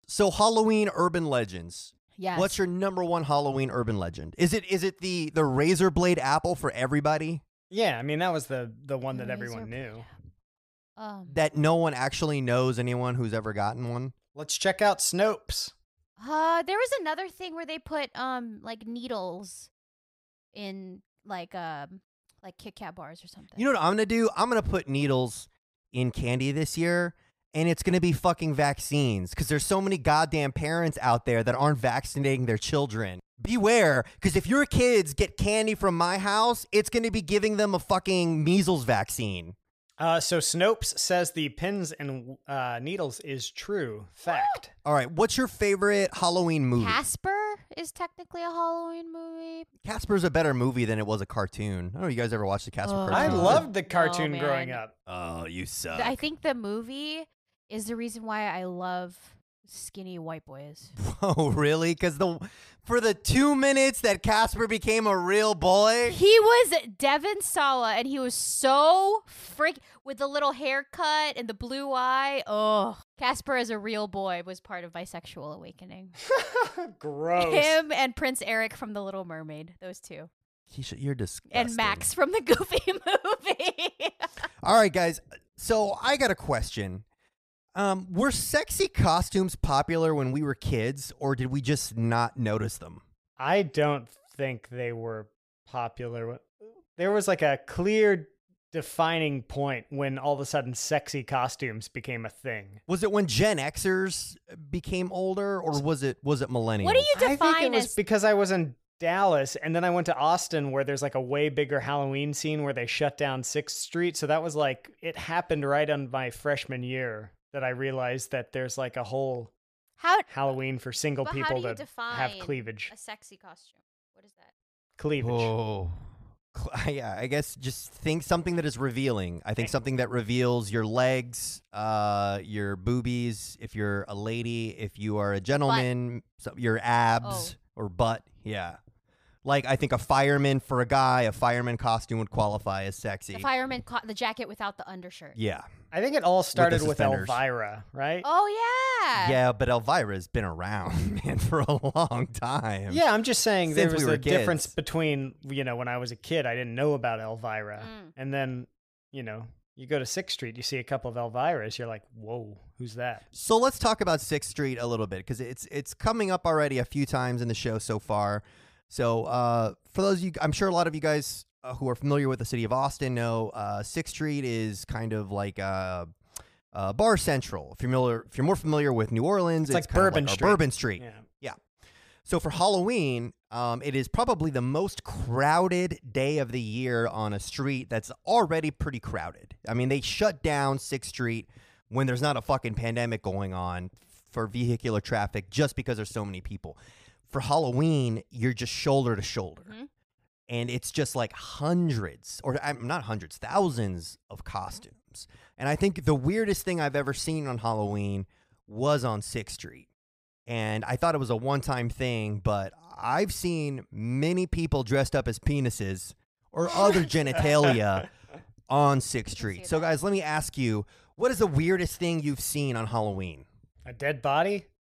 Speaker 1: So Halloween urban legends.
Speaker 2: Yes.
Speaker 1: What's your number one Halloween urban legend? Is it is it the the razor blade apple for everybody
Speaker 3: Yeah, I mean that was the the one that
Speaker 2: Razor
Speaker 3: everyone
Speaker 2: blade
Speaker 3: knew.
Speaker 2: apple. Um,
Speaker 1: that no one actually knows anyone who's ever gotten one?
Speaker 3: Let's check out Snopes.
Speaker 2: uh, there was another thing where they put um like needles in like um like Kit Kat bars or something.
Speaker 1: You know what I'm gonna do? I'm gonna put needles in candy this year, and it's gonna be fucking vaccines because there's so many goddamn parents out there that aren't vaccinating their children. Beware, because if your kids get candy from my house, it's gonna be giving them a fucking measles vaccine.
Speaker 3: Uh, so Snopes says the pins and uh, needles is true fact.
Speaker 1: All right, what's your favorite Halloween movie?
Speaker 2: Casper is technically a Halloween movie.
Speaker 1: Casper's a better movie than it was a cartoon. I don't know. You guys ever watched the Casper
Speaker 2: Oh.
Speaker 1: cartoon?
Speaker 3: I loved the
Speaker 2: No,
Speaker 3: cartoon growing
Speaker 2: man.
Speaker 3: up.
Speaker 1: Oh, you suck.
Speaker 2: Th- I think the movie is the reason why I love skinny white boy is.
Speaker 1: Oh, really? Because the for the two minutes that Casper became a real boy,
Speaker 2: He was Devin Sawa, and he was so freak with the little haircut and the blue eye. Oh, Casper as a real boy was part of my sexual awakening.
Speaker 3: Gross.
Speaker 2: Him and Prince Eric from The Little Mermaid, those two,
Speaker 1: he should, you're disgusting.
Speaker 2: and Max from the Goofy movie.
Speaker 1: All right, guys. So I got a question. Um, were sexy costumes popular when we were kids, or did we just not notice them?
Speaker 3: I don't think they were popular. There was like a clear defining point when all of a sudden sexy costumes became a thing.
Speaker 1: Was it when Gen Xers uh, became older, or was it was it millennials?
Speaker 2: what do you
Speaker 3: I think it
Speaker 2: define
Speaker 3: was
Speaker 2: as?
Speaker 3: because I was in Dallas and then I went to Austin where there's like a way bigger Halloween scene where they shut down 6th Street. So that was like it happened right on my freshman year that I realized that there's like a whole
Speaker 2: How
Speaker 3: Halloween for single
Speaker 2: But how
Speaker 3: people
Speaker 2: do you
Speaker 3: to have
Speaker 2: define
Speaker 3: cleavage.
Speaker 2: a sexy costume. What is that?
Speaker 3: Cleavage.
Speaker 1: Oh. Cl- Yeah, I guess just think something that is revealing. I think something that reveals your legs, uh, your boobies. If you're a lady, if you are a gentleman, so your abs
Speaker 2: Oh.
Speaker 1: or butt. Yeah, like I think a fireman for a guy, a fireman costume would qualify as
Speaker 2: The
Speaker 1: sexy.
Speaker 2: fireman caught the jacket without the undershirt.
Speaker 1: yeah,
Speaker 3: I think it all started with,
Speaker 1: suspenders.
Speaker 3: Elvira, right?
Speaker 2: Oh yeah.
Speaker 1: yeah. But Elvira's been around man for a long time.
Speaker 3: Yeah, I'm just saying there
Speaker 1: Since
Speaker 3: was
Speaker 1: we were
Speaker 3: a difference
Speaker 1: kids.
Speaker 3: between you know when I was a kid, I didn't know about Elvira,
Speaker 2: Mm.
Speaker 3: and then you know you go to Sixth Street, you see a couple of Elviras, you're like, whoa, who's that?
Speaker 1: So let's talk about Sixth Street a little bit because it's it's coming up already a few times in the show so far. So uh, for those of you, I'm sure a lot of you guys uh, who are familiar with the city of Austin know uh, Sixth Street is kind of like uh, uh, Bar Central. If you're familiar, if you're more familiar with New Orleans,
Speaker 3: It's
Speaker 1: it's,
Speaker 3: like
Speaker 1: kind of
Speaker 3: Bourbon
Speaker 1: our
Speaker 3: Street.
Speaker 1: Bourbon Street.
Speaker 3: Yeah,
Speaker 1: So for Halloween, um, it is probably the most crowded day of the year on a street that's already pretty crowded. I mean, they shut down Sixth Street when there's not a fucking pandemic going on for vehicular traffic just because there's so many people. For Halloween, you're just shoulder to shoulder.
Speaker 2: Mhm.
Speaker 1: And it's just like hundreds, or I'm not hundreds, thousands of costumes. And I think the weirdest thing I've ever seen on Halloween was on Sixth Street and I thought it was a one time thing, but I've seen many people dressed up as penises or other genitalia on Sixth
Speaker 2: see
Speaker 1: Street. So,
Speaker 2: that.
Speaker 1: guys, let me ask you what is the weirdest thing you've seen on Halloween?
Speaker 3: a dead body.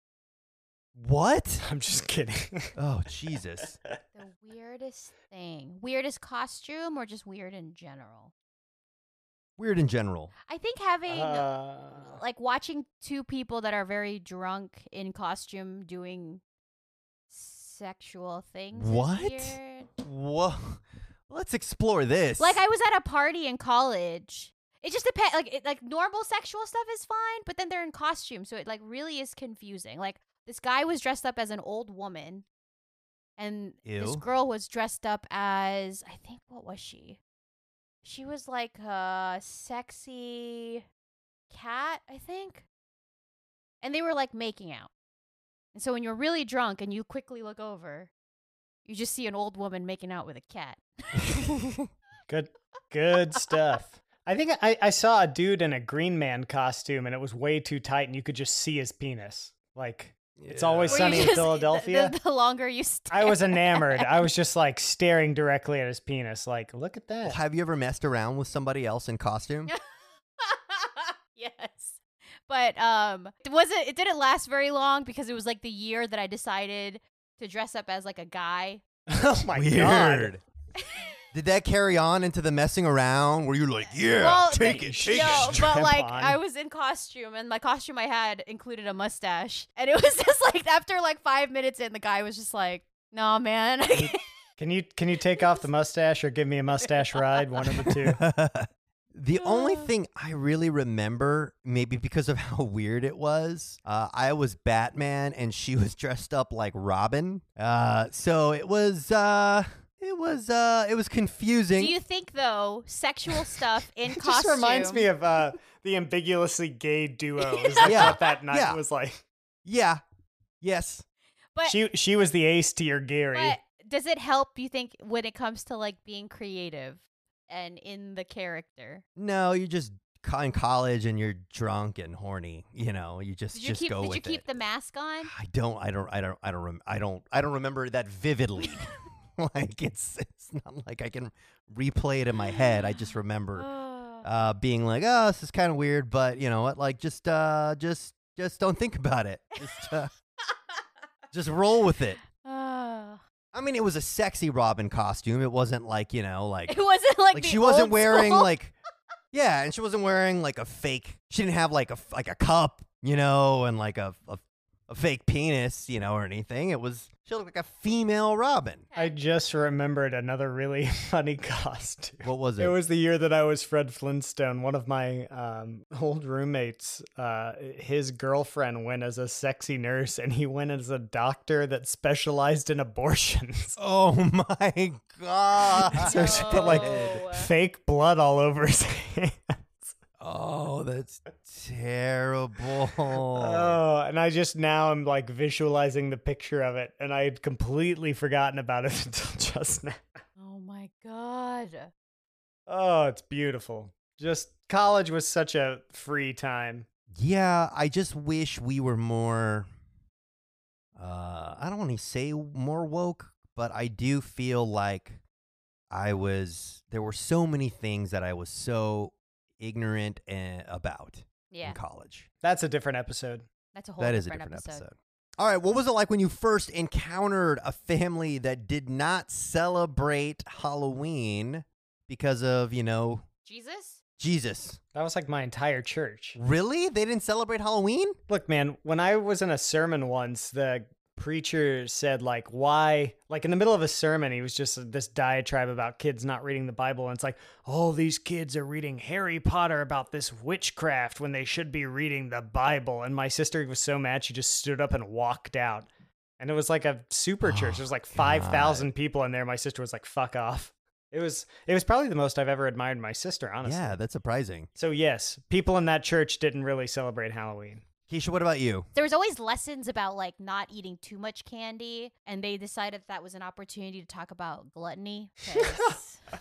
Speaker 1: What?
Speaker 3: I'm just kidding.
Speaker 1: Oh, Jesus.
Speaker 2: The weirdest thing. Weirdest costume or just weird in general?
Speaker 1: Weird in general.
Speaker 2: I think having
Speaker 3: Uh,
Speaker 2: like watching two people that are very drunk in costume doing sexual things. is
Speaker 1: What?
Speaker 2: weird.
Speaker 1: Whoa. Let's explore this.
Speaker 2: Like I was at a party in college. It just depends. Like it, like normal sexual stuff is fine, but then they're in costume, so it like really is confusing. Like this guy was dressed up as an old woman, and this
Speaker 1: Ew.
Speaker 2: girl was dressed up as I think what was she? She was like a sexy cat, I think. And they were like making out. And so when you're really drunk and you quickly look over, you just see an old woman making out with a cat.
Speaker 3: good, good stuff. I think I, I saw a dude in a Green Man costume, and it was way too tight, and you could just see his penis. Like It's always
Speaker 2: Were you
Speaker 3: sunny in
Speaker 2: just-
Speaker 3: Philadelphia?
Speaker 2: The, the longer you stay.
Speaker 3: I was enamored. I was just like staring directly at his penis. Like, look at that.
Speaker 1: Have you ever messed around with somebody else in costume?
Speaker 2: yes. But um it wasn't it didn't last very long because it was like the year that I decided to dress up as like a guy.
Speaker 3: oh my god.
Speaker 1: Weird. Did that carry on into the messing around? Were you like, yeah,
Speaker 2: Well,
Speaker 1: take
Speaker 2: but-
Speaker 1: it,
Speaker 3: shake
Speaker 1: take
Speaker 2: no,
Speaker 1: it?
Speaker 2: but
Speaker 3: strap
Speaker 2: like
Speaker 3: on.
Speaker 2: I was in costume and my costume I had included a mustache. And it was just like after like 5 minutes in the guy was just like, "No, man."
Speaker 3: Can you can you take off the mustache or give me a mustache ride? One of the two.
Speaker 1: the only
Speaker 2: Uh.
Speaker 1: thing I really remember, maybe because of how weird it was, uh, I was Batman and she was dressed up like Robin. Uh, so it was, uh, it was, uh, it was confusing.
Speaker 2: Do you think though sexual stuff in
Speaker 3: It
Speaker 2: costume
Speaker 3: just reminds me of uh, the ambiguously gay duo. Is
Speaker 1: Yeah.
Speaker 3: like
Speaker 1: Yeah.
Speaker 3: what that night
Speaker 1: Yeah.
Speaker 3: was like.
Speaker 1: yeah. Yes.
Speaker 2: But-
Speaker 3: she she was the ace to your Gary.
Speaker 2: But does it help you think when it comes to like being creative and in the character?
Speaker 1: No, you're just co- in college and you're drunk and horny, you know, you just
Speaker 2: Did you
Speaker 1: just
Speaker 2: keep?
Speaker 1: go
Speaker 2: Did
Speaker 1: with
Speaker 2: you keep
Speaker 1: it.
Speaker 2: the mask on?
Speaker 1: I don't. I don't. I don't. I don't. Rem- I don't. I don't remember that vividly. like it's. It's not like I can replay it in my head. I just remember
Speaker 2: Ugh.
Speaker 1: uh, being like, "Oh, this is kind of weird," but you know what? Like, just, uh, just, just don't think about it. Just, uh, just roll with it.
Speaker 2: Oh, Ugh.
Speaker 1: I mean, it was a sexy Robin costume. It wasn't like you know, like
Speaker 2: it wasn't like,
Speaker 1: like
Speaker 2: the
Speaker 1: she wasn't
Speaker 2: old
Speaker 1: wearing
Speaker 2: school.
Speaker 1: like yeah and she wasn't wearing like a fake she didn't have like a f- like a cup you know and like a, a a fake penis you know or anything it was she looked like a female robin
Speaker 3: I just remembered another really funny costume.
Speaker 1: what was it,
Speaker 3: It was the year that I was Fred Flintstone. One of my um, old roommates, uh, his girlfriend went as a sexy nurse, and he went as a doctor that specialized in abortions.
Speaker 1: oh my god
Speaker 3: So she put, like,
Speaker 2: No.
Speaker 3: Fake blood all over his hand.
Speaker 1: oh that's terrible Um,
Speaker 3: Oh, and I just now am like visualizing the picture of it, and I had completely forgotten about it until just now.
Speaker 2: Oh my god.
Speaker 3: Oh, it's beautiful. Just college was such a free time.
Speaker 1: Yeah, I just wish we were more. Uh, I don't want to say more woke, but I do feel like I was. There were so many things that I was so ignorant eh, about
Speaker 2: Yeah,
Speaker 1: in college.
Speaker 3: That's a different episode.
Speaker 2: that's a whole.
Speaker 1: that is a
Speaker 2: different
Speaker 1: different episode. All right, what was it like when you first encountered a family that did not celebrate Halloween because of you know
Speaker 2: Jesus.
Speaker 1: Jesus?
Speaker 3: That was like my entire church.
Speaker 1: Really, they didn't celebrate Halloween?
Speaker 3: Look, man, when I was in a sermon once, the preacher said, like, why, like in the middle of a sermon, he was just uh, this diatribe about kids not reading the Bible. And it's like, all these kids are reading Harry Potter about this witchcraft when they should be reading the Bible. And my sister was so mad, she just stood up and walked out. And it was like a super church.
Speaker 1: Oh,
Speaker 3: There was like
Speaker 1: God.
Speaker 3: 5,000 people in there. My sister was like, fuck off. It was, it was probably the most I've ever admired my sister, honestly.
Speaker 1: Yeah, that's surprising.
Speaker 3: So, yes, people in that church didn't really celebrate Halloween.
Speaker 1: Keisha, what about you?
Speaker 2: There was always lessons about like not eating too much candy, and they decided that was an opportunity to talk about gluttony. 'cause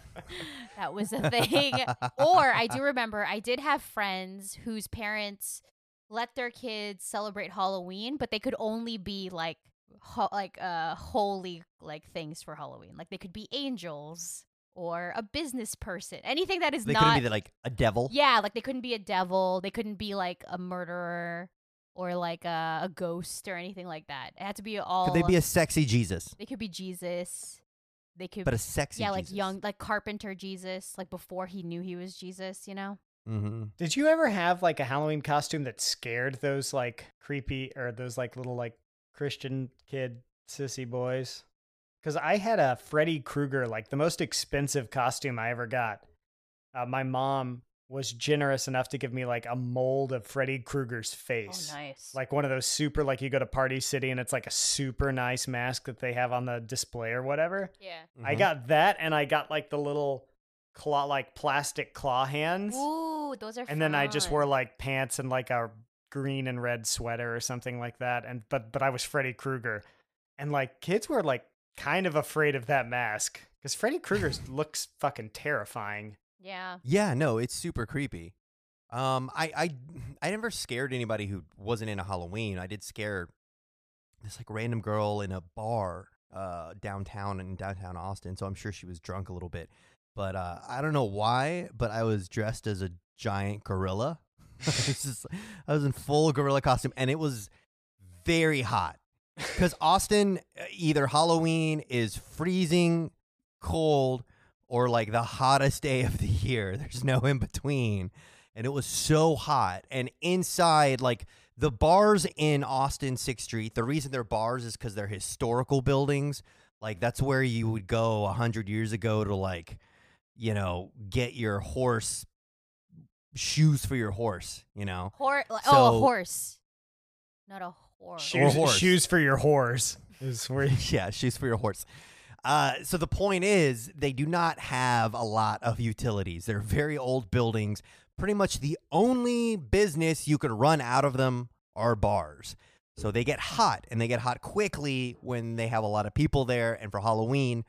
Speaker 2: that was a thing. or I do remember I did have friends whose parents let their kids celebrate Halloween, but they could only be like ho- like uh holy like things for Halloween. Like they could be angels or a business person, anything that is
Speaker 1: They
Speaker 2: not
Speaker 1: couldn't be like a devil.
Speaker 2: yeah, like they couldn't be a devil, they couldn't be like a murderer or like uh, a, a ghost or anything like that. It had to be all.
Speaker 1: Could they be a sexy Jesus?
Speaker 2: They could be Jesus. They could.
Speaker 1: But a sexy
Speaker 2: yeah, like
Speaker 1: Jesus.
Speaker 2: young, like carpenter Jesus, like before he knew he was Jesus, you know?
Speaker 1: Mm-hmm.
Speaker 3: Did you ever have like a Halloween costume that scared those like creepy or those like little like Christian kid sissy boys? Because I had a Freddy Krueger, like the most expensive costume I ever got. Uh, my mom was generous enough to give me like a mold of Freddy Krueger's face.
Speaker 2: Oh, nice.
Speaker 3: Like one of those super, like you go to Party City and it's like a super nice mask that they have on the display or whatever.
Speaker 2: yeah.
Speaker 1: mm-hmm.
Speaker 3: I got that and I got like the little claw, like plastic claw hands.
Speaker 2: Ooh, those are
Speaker 3: And then I just wore like pants and like a green and red sweater or something like that. And but but I was Freddy Krueger, and like kids were like kind of afraid of that mask because Freddy Krueger's looks fucking terrifying.
Speaker 2: Yeah.
Speaker 1: Yeah, no, it's super creepy. Um, I, I, I never scared anybody who wasn't in a Halloween. I did scare this like random girl in a bar uh, downtown in downtown Austin. So I'm sure she was drunk a little bit, but uh, I don't know why. But I was dressed as a giant gorilla. I was just- I was in full gorilla costume, and it was very hot because Austin uh, either Halloween is freezing cold or like the hottest day of the year. There's no in between. And it was so hot. And inside, like the bars in Austin 6th Street, the reason they're bars is because they're historical buildings. Like that's where you would go 100 years ago to like, you know, get your horse shoes for your horse, you know?
Speaker 2: Hor- like, oh,
Speaker 1: So-
Speaker 2: a horse. Not a horse.
Speaker 3: Shoes,
Speaker 1: horse.
Speaker 3: shoes for your whores is where you-
Speaker 1: yeah, shoes for your horse. Uh, so the point is, they do not have a lot of utilities. They're very old buildings. Pretty much the only business you could run out of them are bars. So they get hot, and they get hot quickly when they have a lot of people there. And for Halloween,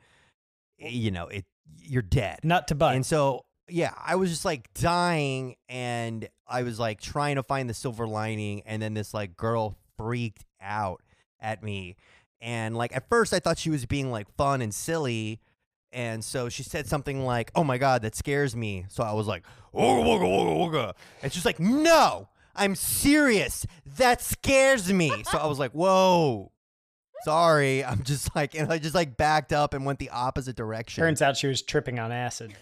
Speaker 1: eh, you know, it you're dead.
Speaker 3: nut to butt.
Speaker 1: And so yeah, I was just like dying and I was like trying to find the silver lining and then this like girl freaked out at me. And like at first I thought she was being like fun and silly and so she said something like, "Oh my god, that scares me." So I was like, "Wooga wooga wooga wooga," and she's like, "No, I'm serious. That scares me." So I was like, "Whoa, sorry." I'm just like, and I just like backed up and went the opposite direction.
Speaker 3: Turns out she was tripping on acid.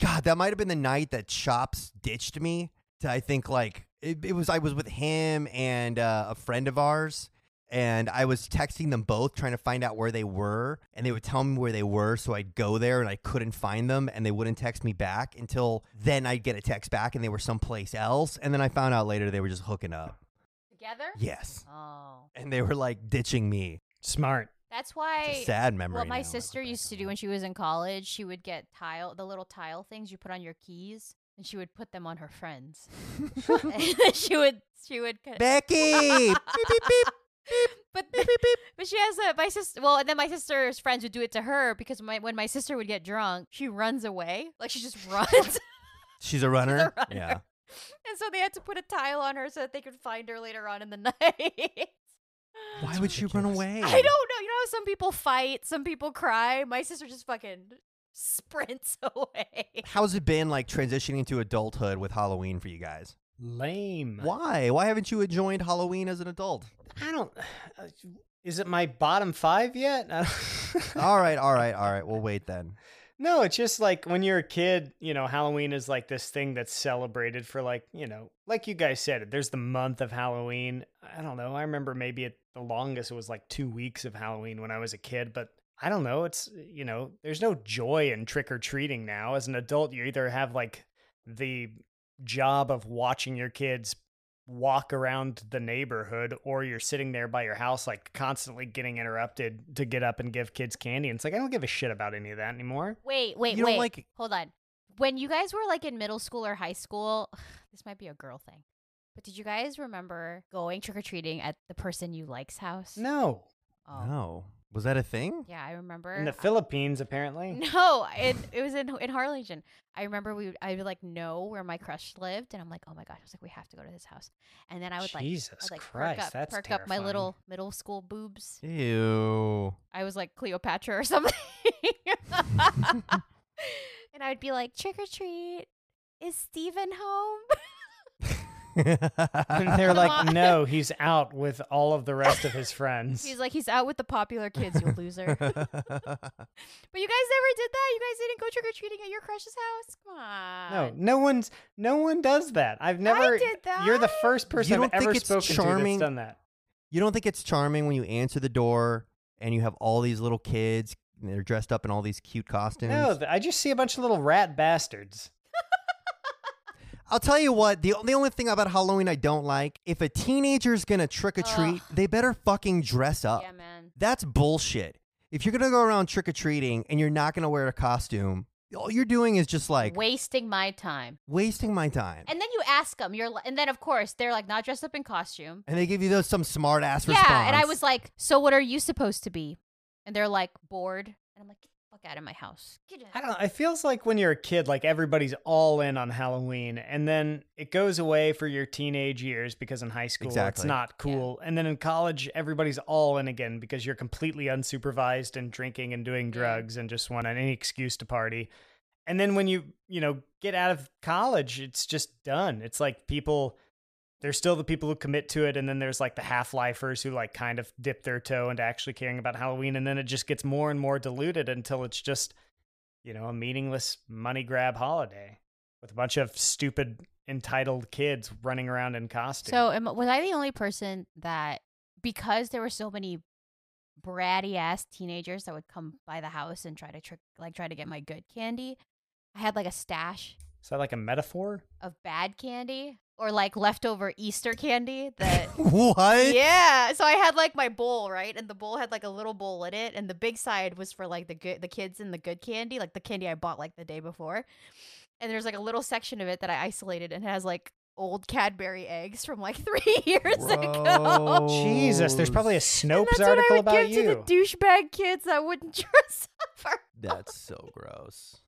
Speaker 1: God, that might have been the night that Chops ditched me. To, I think like it, it was I was with him and uh, a friend of ours, and I was texting them both trying to find out where they were, and they would tell me where they were, so I'd go there and I couldn't find them, and they wouldn't text me back until then I'd get a text back and they were someplace else, and then I found out later they were just hooking up.
Speaker 2: Together?
Speaker 1: Yes,
Speaker 2: Oh.
Speaker 1: and they were like ditching me.
Speaker 3: Smart.
Speaker 2: That's
Speaker 1: It's a
Speaker 2: why
Speaker 1: sad memory.
Speaker 2: what my
Speaker 1: now.
Speaker 2: sister used to do when she was in college, she would get tile the little tile things you put on your keys and she would put them on her friends. And she would she would cut-
Speaker 1: Becky. Beep, beep, beep,
Speaker 2: But
Speaker 1: beep, beep, beep.
Speaker 2: But she has a my sister. Well, and then my sister's friends would do it to her because my, when my sister would get drunk, she runs away. Like she just runs,
Speaker 1: She's a runner.
Speaker 2: runner.
Speaker 1: Yeah.
Speaker 2: and so they had to put a tile on her so that they could find her later on in the night.
Speaker 1: Why would she run
Speaker 3: ridiculous.
Speaker 1: away?
Speaker 2: I don't know. You know how some people fight, some people cry. My sister just fucking sprints away.
Speaker 1: How's it been like transitioning to adulthood with Halloween for you guys?
Speaker 3: Lame.
Speaker 1: Why? Why haven't you joined Halloween as an adult?
Speaker 3: I don't. uh, Is it my bottom five yet? I don't-
Speaker 1: All right, all right, all right. We'll wait then.
Speaker 3: no, it's just like when you're a kid, you know, Halloween is like this thing that's celebrated for like, you know, like you guys said, there's the month of Halloween. I don't know. I remember maybe at the longest it was like two weeks of Halloween when I was a kid, but I don't know. It's, you know, there's no joy in trick or treating now. As an adult, you either have like the job of watching your kids walk around the neighborhood or you're sitting there by your house like constantly getting interrupted to get up and give kids candy and it's like i don't give a shit about any of that anymore
Speaker 2: Wait, wait,
Speaker 1: You don't
Speaker 2: wait.
Speaker 1: like-
Speaker 2: Hold on. When you guys were like in middle school or high school, this might be a girl thing. But did you guys remember going trick or treating at the person you like's house?
Speaker 3: no
Speaker 2: Oh.
Speaker 1: No. Was that a thing?
Speaker 2: Yeah, I remember.
Speaker 3: in the philippines apparently
Speaker 2: No, it it was in in Harlingen. I remember we would, I would like know where my crush lived, and I'm like, oh my gosh, I was like, we have to go to this house, and then I would like, I
Speaker 3: jesus
Speaker 2: would, like
Speaker 3: christ
Speaker 2: perk up,
Speaker 3: that's
Speaker 2: perk up my
Speaker 3: terrifying.
Speaker 2: little middle school boobs.
Speaker 1: Ew.
Speaker 2: I was like Cleopatra or something, and I would be like, trick or treat, is Steven home?
Speaker 3: and they're like
Speaker 2: Come on.
Speaker 3: no he's out with all of the rest of his friends
Speaker 2: He's like, he's out with the popular kids, you loser. but you guys never did that. You guys didn't go trick or treating at your crush's house. Come on.
Speaker 3: no no one's no one does that i've never
Speaker 2: did that.
Speaker 3: you're the first person
Speaker 1: don't
Speaker 3: i've ever
Speaker 1: think it's
Speaker 3: spoken
Speaker 1: charming?
Speaker 3: to that's done that
Speaker 1: you don't think it's charming when you answer the door and you have all these little kids and they're dressed up in all these cute costumes?
Speaker 3: no th- i just see a bunch of little rat bastards
Speaker 1: I'll tell you what, the, the only thing about Halloween I don't like, if a teenager's gonna trick or treat,
Speaker 2: Ugh.
Speaker 1: they better fucking dress up.
Speaker 2: Yeah, man.
Speaker 1: That's bullshit. If you're gonna go around trick or treating and you're not gonna wear a costume, all you're doing is just like
Speaker 2: Wasting my time.
Speaker 1: wasting my time. And,
Speaker 2: And then you ask them, you're, li- and then of course they're like not dressed up in costume.
Speaker 1: they give you those some smart ass response.
Speaker 2: Yeah, and I was like, so what are you supposed to be? And they're like bored, and I'm like, get the fuck out of my house. Get
Speaker 3: I
Speaker 2: out.
Speaker 3: don't. It feels like when you're a kid, like everybody's all in on Halloween, and then it goes away for your teenage years because in high school it's
Speaker 1: Exactly.
Speaker 3: not cool, and then in college everybody's all in again because you're completely unsupervised and drinking and doing drugs and just want any excuse to party. And then when you you know get out of college, it's just done. It's like people. There's still the people who commit to it, and then there's like the half lifers who like kind of dip their toe into actually caring about Halloween, and then it just gets more and more diluted until it's just you know, a meaningless money grab holiday with a bunch of stupid entitled kids running around in costume.
Speaker 2: So am, was I the only person that because there were so many bratty ass teenagers that would come by the house and try to trick like try to get my good candy? I had like a stash
Speaker 3: is that like a metaphor?
Speaker 2: of bad candy or like leftover Easter candy that
Speaker 1: what?
Speaker 2: yeah. So I had like my bowl, right? And the bowl had like a little bowl in it, and the big side was for like the good, the kids and the good candy, like the candy I bought like the day before. And there's like a little section of it that I isolated and it has like old Cadbury eggs from like three years ago.
Speaker 3: Jesus, there's probably a
Speaker 1: Gross.
Speaker 2: And
Speaker 3: Snopes
Speaker 2: that's what I
Speaker 3: article
Speaker 2: would
Speaker 3: about
Speaker 2: give
Speaker 3: you.
Speaker 2: to the douchebag kids that wouldn't dress up. For-
Speaker 1: That's so gross.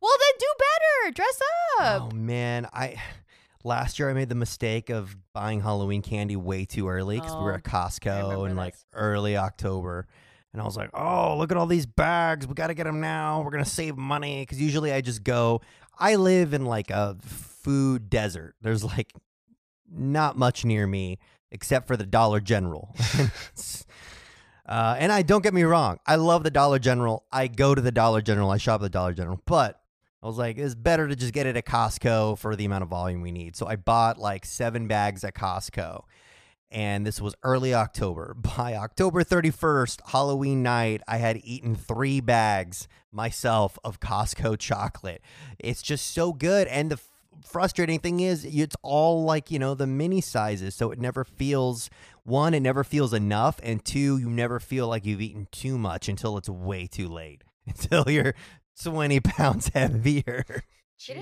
Speaker 2: Well, then do better. Dress up.
Speaker 1: Oh man, I last year I made the mistake of buying Halloween candy way too early because we were
Speaker 2: Oh,
Speaker 1: at
Speaker 2: I
Speaker 1: Costco
Speaker 2: remember
Speaker 1: in like
Speaker 2: this.
Speaker 1: early October, and I was like, "Oh, look at all these bags! We got to get them now. We're gonna save money." Because usually I just go. I live in like a food desert. There's like not much near me except for the Dollar General. Uh, and I don't get me wrong, I love the Dollar General. I go to the Dollar General, I shop at the Dollar General, but I was like, it's better to just get it at Costco for the amount of volume we need. So I bought like seven bags at Costco. And this was early October. By October 31st, Halloween night, I had eaten three bags myself of Costco chocolate. It's just so good. And the f- frustrating thing is, it's all like, you know, the mini sizes. So it never feels, one, it never feels enough. And two, you never feel like you've eaten too much until it's way too late, until you're 20 pounds heavier.
Speaker 2: Didn't-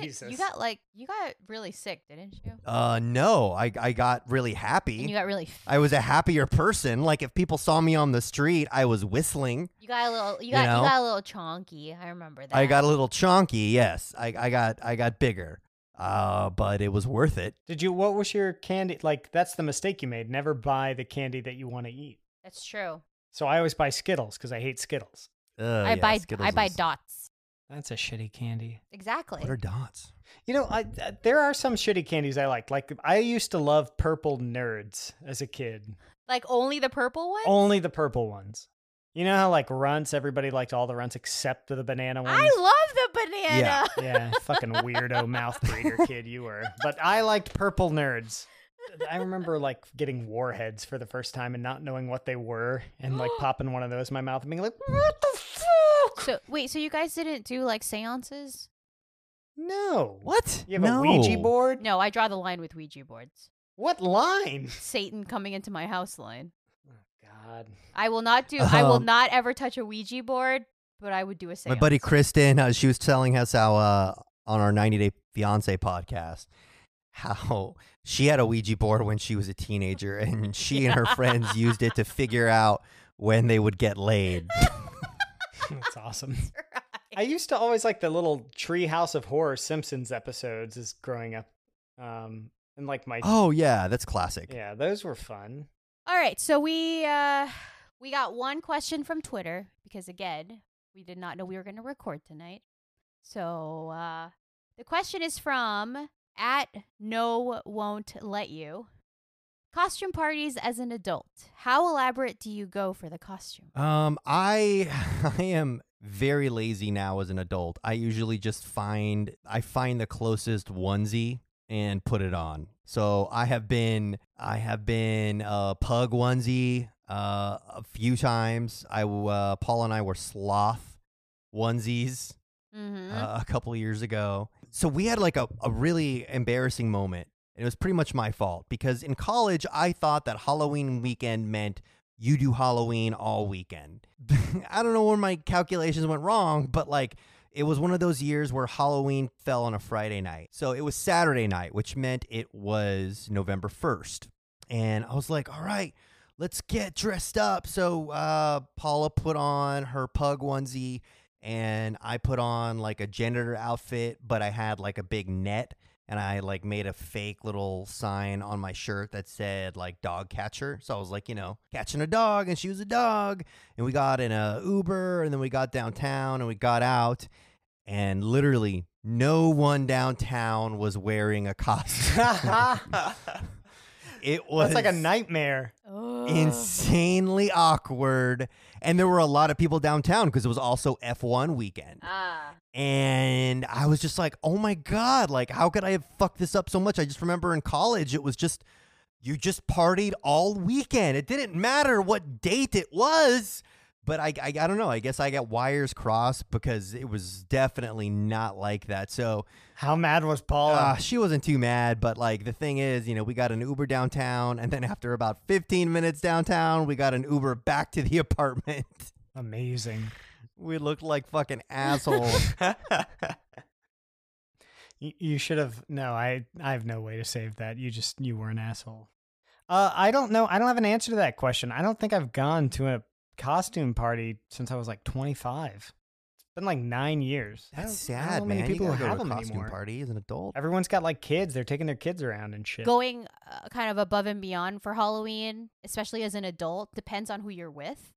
Speaker 3: Jesus.
Speaker 2: you got like you got really sick, didn't you?
Speaker 1: Uh, no, I, I got really
Speaker 2: And you
Speaker 1: happy.
Speaker 2: got really f-
Speaker 1: I was a happier person. Like if people saw me on the street, I was whistling.
Speaker 2: you got a little you got you,
Speaker 1: know?
Speaker 2: got a little chonky. I remember that.
Speaker 1: I got a little chonky. Yes, I, I got I got bigger. Uh, but it was worth it.
Speaker 3: Did you? What was your candy? Like that's the mistake you made. Never buy the candy that you want to eat.
Speaker 2: That's true.
Speaker 3: So I always buy Skittles because I hate Skittles.
Speaker 1: Ugh,
Speaker 2: I
Speaker 1: Oh, yeah,
Speaker 2: buy
Speaker 1: Skittles
Speaker 2: I buy
Speaker 1: is-
Speaker 2: dots.
Speaker 3: That's a shitty candy.
Speaker 2: Exactly.
Speaker 1: What are dots?
Speaker 3: You know, I, th- there are some shitty candies I like. Like I used to love purple nerds as a kid.
Speaker 2: Like only the purple ones?
Speaker 3: Only the purple ones. You know how like runts, everybody liked all the runts except the banana ones.
Speaker 2: I love the banana.
Speaker 3: yeah, fucking weirdo mouth breeder kid you were. But I liked purple nerds. I remember like getting warheads for the first time and not knowing what they were, and like popping one of those in my mouth and being like, "What the fuck?"
Speaker 2: So wait, so you guys didn't do like seances?
Speaker 3: No.
Speaker 1: What?
Speaker 3: You have a Ouija
Speaker 1: No.
Speaker 3: board?
Speaker 2: No, I draw the line with Ouija boards.
Speaker 3: What line?
Speaker 2: Satan coming into my house line.
Speaker 3: Oh, God.
Speaker 2: I will not do I will
Speaker 1: Um,
Speaker 2: not ever touch a Ouija board, but I would do a seance.
Speaker 1: My buddy Kristen, uh, she was telling us how uh, on our 90 Day Fiance podcast, how she had a Ouija board when she was a teenager, and she and her friends used it to figure out when they would get laid.
Speaker 3: That's awesome.
Speaker 2: Right.
Speaker 3: I used to always like the little Tree House of Horror Simpsons episodes as growing up. Um and like my
Speaker 1: Oh yeah, that's classic.
Speaker 3: Yeah, those were fun.
Speaker 2: All right, so we uh we got one question from Twitter because again, we did not know we were going to record tonight. So uh the question is from at no won't let you. Costume parties as an adult. How elaborate do you go for the costume?
Speaker 1: Um, I I am very lazy now as an adult. I usually just find I find the closest onesie and put it on. So I have been I have been a pug onesie uh, a few times. I w- uh, Paul and I were sloth onesies
Speaker 2: Mhm.
Speaker 1: uh, a couple years ago. So we had like a, a really embarrassing moment. And it was pretty much my fault because in college, I thought that Halloween weekend meant you do Halloween all weekend. I don't know where my calculations went wrong, but like it was one of those years where Halloween fell on a Friday night. So it was Saturday night, which meant it was November 1st. And I was like, all right, let's get dressed up. So uh, Paula put on her pug onesie and I put on like a janitor outfit, but I had like a big net and I like made a fake little sign on my shirt that said like dog catcher. So I was like, you know, catching a dog and she was a dog. And we got in a Uber and then we got downtown and we got out and literally no one downtown was wearing a costume. it was
Speaker 3: That's like a nightmare.
Speaker 1: Uh,
Speaker 2: Oh.
Speaker 1: insanely awkward and there were a lot of people downtown because it was also F1 weekend
Speaker 2: Ah.
Speaker 1: and I was just like, "Oh my god, like how could I have fucked this up so much?" I just remember in college it was just you just partied all weekend. It didn't matter what date it was. But I, I, I don't know. I guess I got wires crossed because it was definitely not like that. So
Speaker 3: How mad was Paula?
Speaker 1: uh, she wasn't too mad. But like the thing is, you know, we got an Uber downtown. And then after about 15 minutes downtown, we got an Uber back to the apartment.
Speaker 3: Ah. Amazing.
Speaker 1: we looked like fucking assholes.
Speaker 3: You, you should have. No, I. I have no way to save that. You just. You were an asshole. Uh, I don't know. I don't have an answer to that question. I don't think I've gone to a costume party since I was like 25. been like nine years. I
Speaker 1: That's
Speaker 3: don't- I don't know
Speaker 1: sad,
Speaker 3: how many
Speaker 1: man.
Speaker 3: People
Speaker 1: you
Speaker 3: who
Speaker 1: gotta
Speaker 3: have
Speaker 1: go to
Speaker 3: them
Speaker 1: a costume
Speaker 3: anymore.
Speaker 1: party as an adult.
Speaker 3: Everyone's got like kids. They're taking their kids around and shit.
Speaker 2: Going uh, kind of above and beyond for Halloween, especially as an adult, depends on who you're with.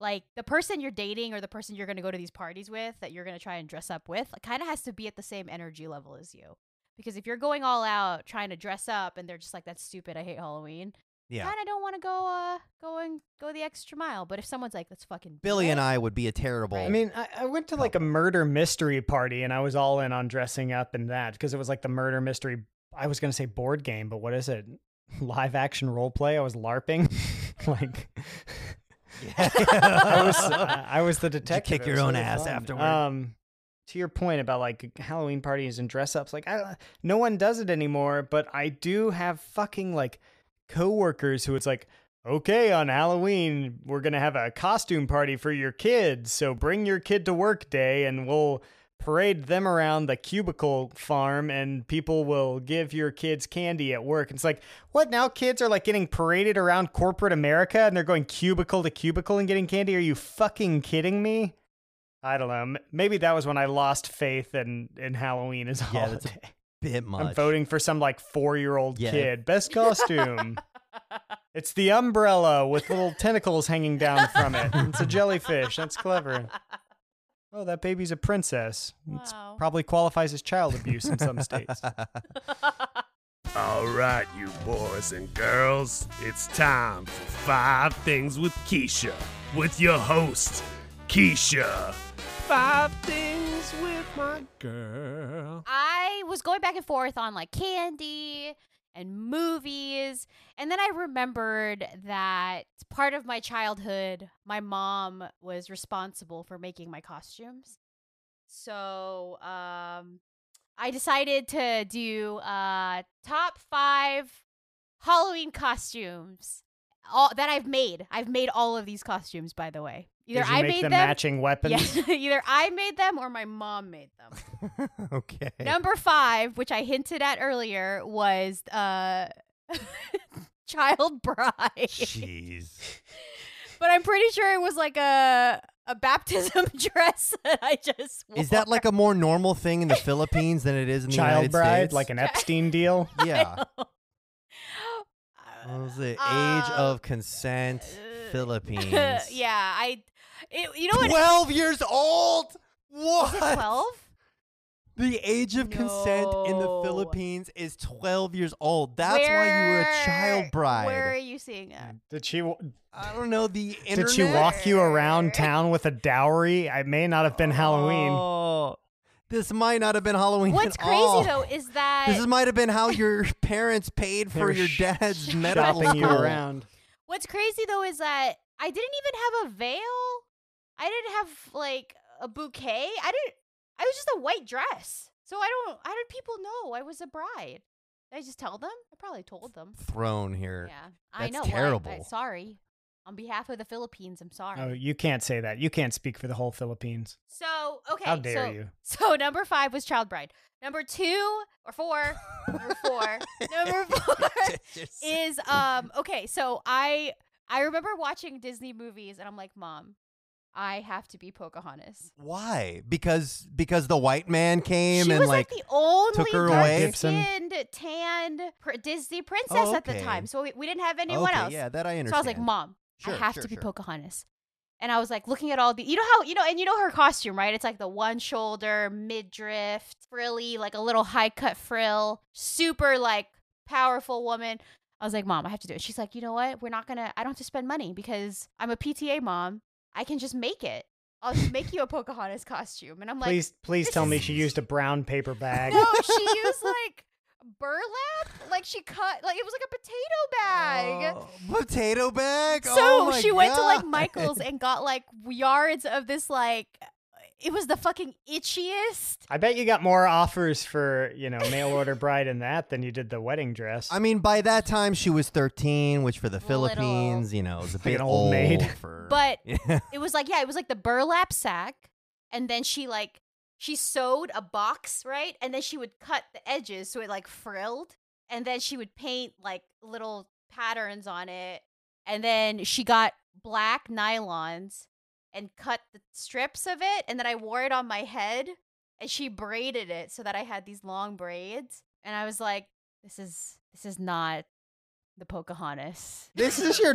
Speaker 2: Like the person you're dating or the person you're going to go to these parties with that you're going to try and dress up with kind of has to be at the same energy level as you. Because if you're going all out trying to dress up and they're just like, that's stupid, I hate Halloween,
Speaker 1: yeah.
Speaker 2: kind of don't want to go uh go and go the extra mile. But if someone's like, let's fucking do
Speaker 1: Billy
Speaker 2: it,"
Speaker 1: and I would be a terrible.
Speaker 3: I mean, I, I went to like a murder mystery party and I was all in on dressing up and that because it was like the murder mystery. I was going to say board game, but what is it? Live action role play. I was LARPing. like, I was, uh, I I was the detective.
Speaker 1: kick
Speaker 3: It
Speaker 1: your
Speaker 3: was
Speaker 1: own
Speaker 3: really
Speaker 1: ass
Speaker 3: fun.
Speaker 1: afterward.
Speaker 3: Um, to your point about like Halloween parties and dress ups, like I, no one does it anymore. But I do have fucking like coworkers who it's like, okay, on Halloween we're gonna have a costume party for your kids, so bring your kid to work day, and we'll parade them around the cubicle farm and people will give your kids candy at work. It's like, what now kids are like getting paraded around corporate America and they're going cubicle to cubicle and getting candy? Are you fucking kidding me? I don't know. M- Maybe that was when I lost faith in, in Halloween as a
Speaker 1: Yeah, that's a
Speaker 3: holiday.
Speaker 1: bit much.
Speaker 3: I'm voting for some like four year old
Speaker 1: Yeah.
Speaker 3: kid. Best costume. it's the umbrella with little tentacles hanging down from it. It's a jellyfish. That's clever. Oh, that baby's a princess. It's
Speaker 2: Wow.
Speaker 3: probably qualifies as child abuse in some states.
Speaker 4: All right, you boys and girls, it's time for Five Things with Keisha, with your host, Keisha. Five Things with my girl.
Speaker 2: I was going back and forth on like candy and movies. And then I remembered that part of my childhood, my mom was responsible for making my costumes. So um, I decided to do uh, top five Halloween costumes all, that I've made. I've made all of these costumes, by the way. Either
Speaker 3: Did you
Speaker 2: I
Speaker 3: make
Speaker 2: made
Speaker 3: them,
Speaker 2: them.
Speaker 3: matching weapons?
Speaker 2: Yeah, either I made them or my mom made them.
Speaker 1: okay.
Speaker 2: Number five, which I hinted at earlier, was uh, child bride.
Speaker 1: Jeez.
Speaker 2: but I'm pretty sure it was like a a baptism dress that I just wore.
Speaker 1: Is that like a more normal thing in the Philippines than it is in the
Speaker 3: Child
Speaker 1: United
Speaker 3: bride,
Speaker 1: States?
Speaker 3: like an Epstein deal?
Speaker 1: yeah.
Speaker 2: Uh,
Speaker 1: What was it? Age
Speaker 2: Uh,
Speaker 1: of consent,
Speaker 2: uh,
Speaker 1: Philippines.
Speaker 2: yeah, I. It, you know what?
Speaker 1: Twelve years old. What?
Speaker 2: Is it Twelve.
Speaker 1: The age of consent in the
Speaker 2: No.
Speaker 1: Philippines is twelve years old. That's why you were a
Speaker 2: Where-
Speaker 1: child bride.
Speaker 2: Where are you seeing that?
Speaker 3: Did she wa-
Speaker 1: I don't know the internet.
Speaker 3: did she walk you around town with a dowry? I may not have been Halloween.
Speaker 1: Oh, this might not have been Halloween. at
Speaker 2: What's crazy
Speaker 1: all.
Speaker 2: though is that
Speaker 1: This is, might have been how your parents paid
Speaker 3: They
Speaker 1: for
Speaker 3: were
Speaker 1: your
Speaker 3: sh-
Speaker 1: dad's medical
Speaker 3: Shopping you
Speaker 1: school.
Speaker 3: around.
Speaker 2: What's crazy though is that I didn't even have a veil. I didn't have like a bouquet. I didn't. I was just a white dress. So I don't. How did people know I was a bride? Did I just tell them? I probably told them.
Speaker 1: Thrown here.
Speaker 2: Yeah, I
Speaker 1: That's
Speaker 2: know. well, I- I-
Speaker 1: terrible.
Speaker 2: sorry, on behalf of the Philippines, I'm sorry.
Speaker 3: Oh, you can't say that. You can't speak for the whole Philippines.
Speaker 2: So okay.
Speaker 3: How dare
Speaker 2: so,
Speaker 3: you?
Speaker 2: So number five was child bride. Number two or four. number four. Number four. is um okay so i i remember watching disney movies and i'm like mom i have to be pocahontas
Speaker 1: Why? Because because the white man came
Speaker 2: she
Speaker 1: and
Speaker 2: was
Speaker 1: like,
Speaker 2: like, the only
Speaker 1: took her away?
Speaker 2: dark-skinned tanned pr- disney princess at the
Speaker 1: okay.
Speaker 2: time so we, we didn't have anyone
Speaker 1: okay,
Speaker 2: else
Speaker 1: Yeah, that I understand.
Speaker 2: so i was like mom
Speaker 1: Sure,
Speaker 2: i have
Speaker 1: sure,
Speaker 2: to be
Speaker 1: sure.
Speaker 2: pocahontas and i was like looking at all the you know how you know and you know her costume right it's like the one shoulder midriff frilly like a little high cut frill super like powerful woman I was like, Mom, I have to do it. She's like, You know what? We're not going to, I don't have to spend money because I'm a PTA mom. I can just make it. I'll just make you a Pocahontas costume. And I'm like,
Speaker 3: please, please
Speaker 2: this
Speaker 3: tell me
Speaker 1: is-
Speaker 3: she used a brown paper bag.
Speaker 2: No, she used like burlap. Like she cut, like it was like a potato bag.
Speaker 1: Oh, potato bag.
Speaker 2: so
Speaker 1: Oh my
Speaker 2: she went to like
Speaker 1: God.
Speaker 2: Michael's and got like yards of this, like, it was the fucking itchiest.
Speaker 3: I bet you got more offers for you know mail order bride in that than you did the wedding dress.
Speaker 1: I mean, by that time she was thirteen, which for the
Speaker 2: Little.
Speaker 1: Philippines, you know, is a
Speaker 3: Like
Speaker 1: bit
Speaker 3: an old maid.
Speaker 1: for-
Speaker 2: But
Speaker 1: Yeah.
Speaker 2: it was like yeah it was like the burlap sack and then she like she sewed a box right and then she would cut the edges so it like frilled and then she would paint like little patterns on it and then she got black nylons
Speaker 5: and cut the strips of it, and then I wore it on my head. And she braided it so that I had these long braids, and I was like, "This is this is not the Pocahontas."
Speaker 3: This is your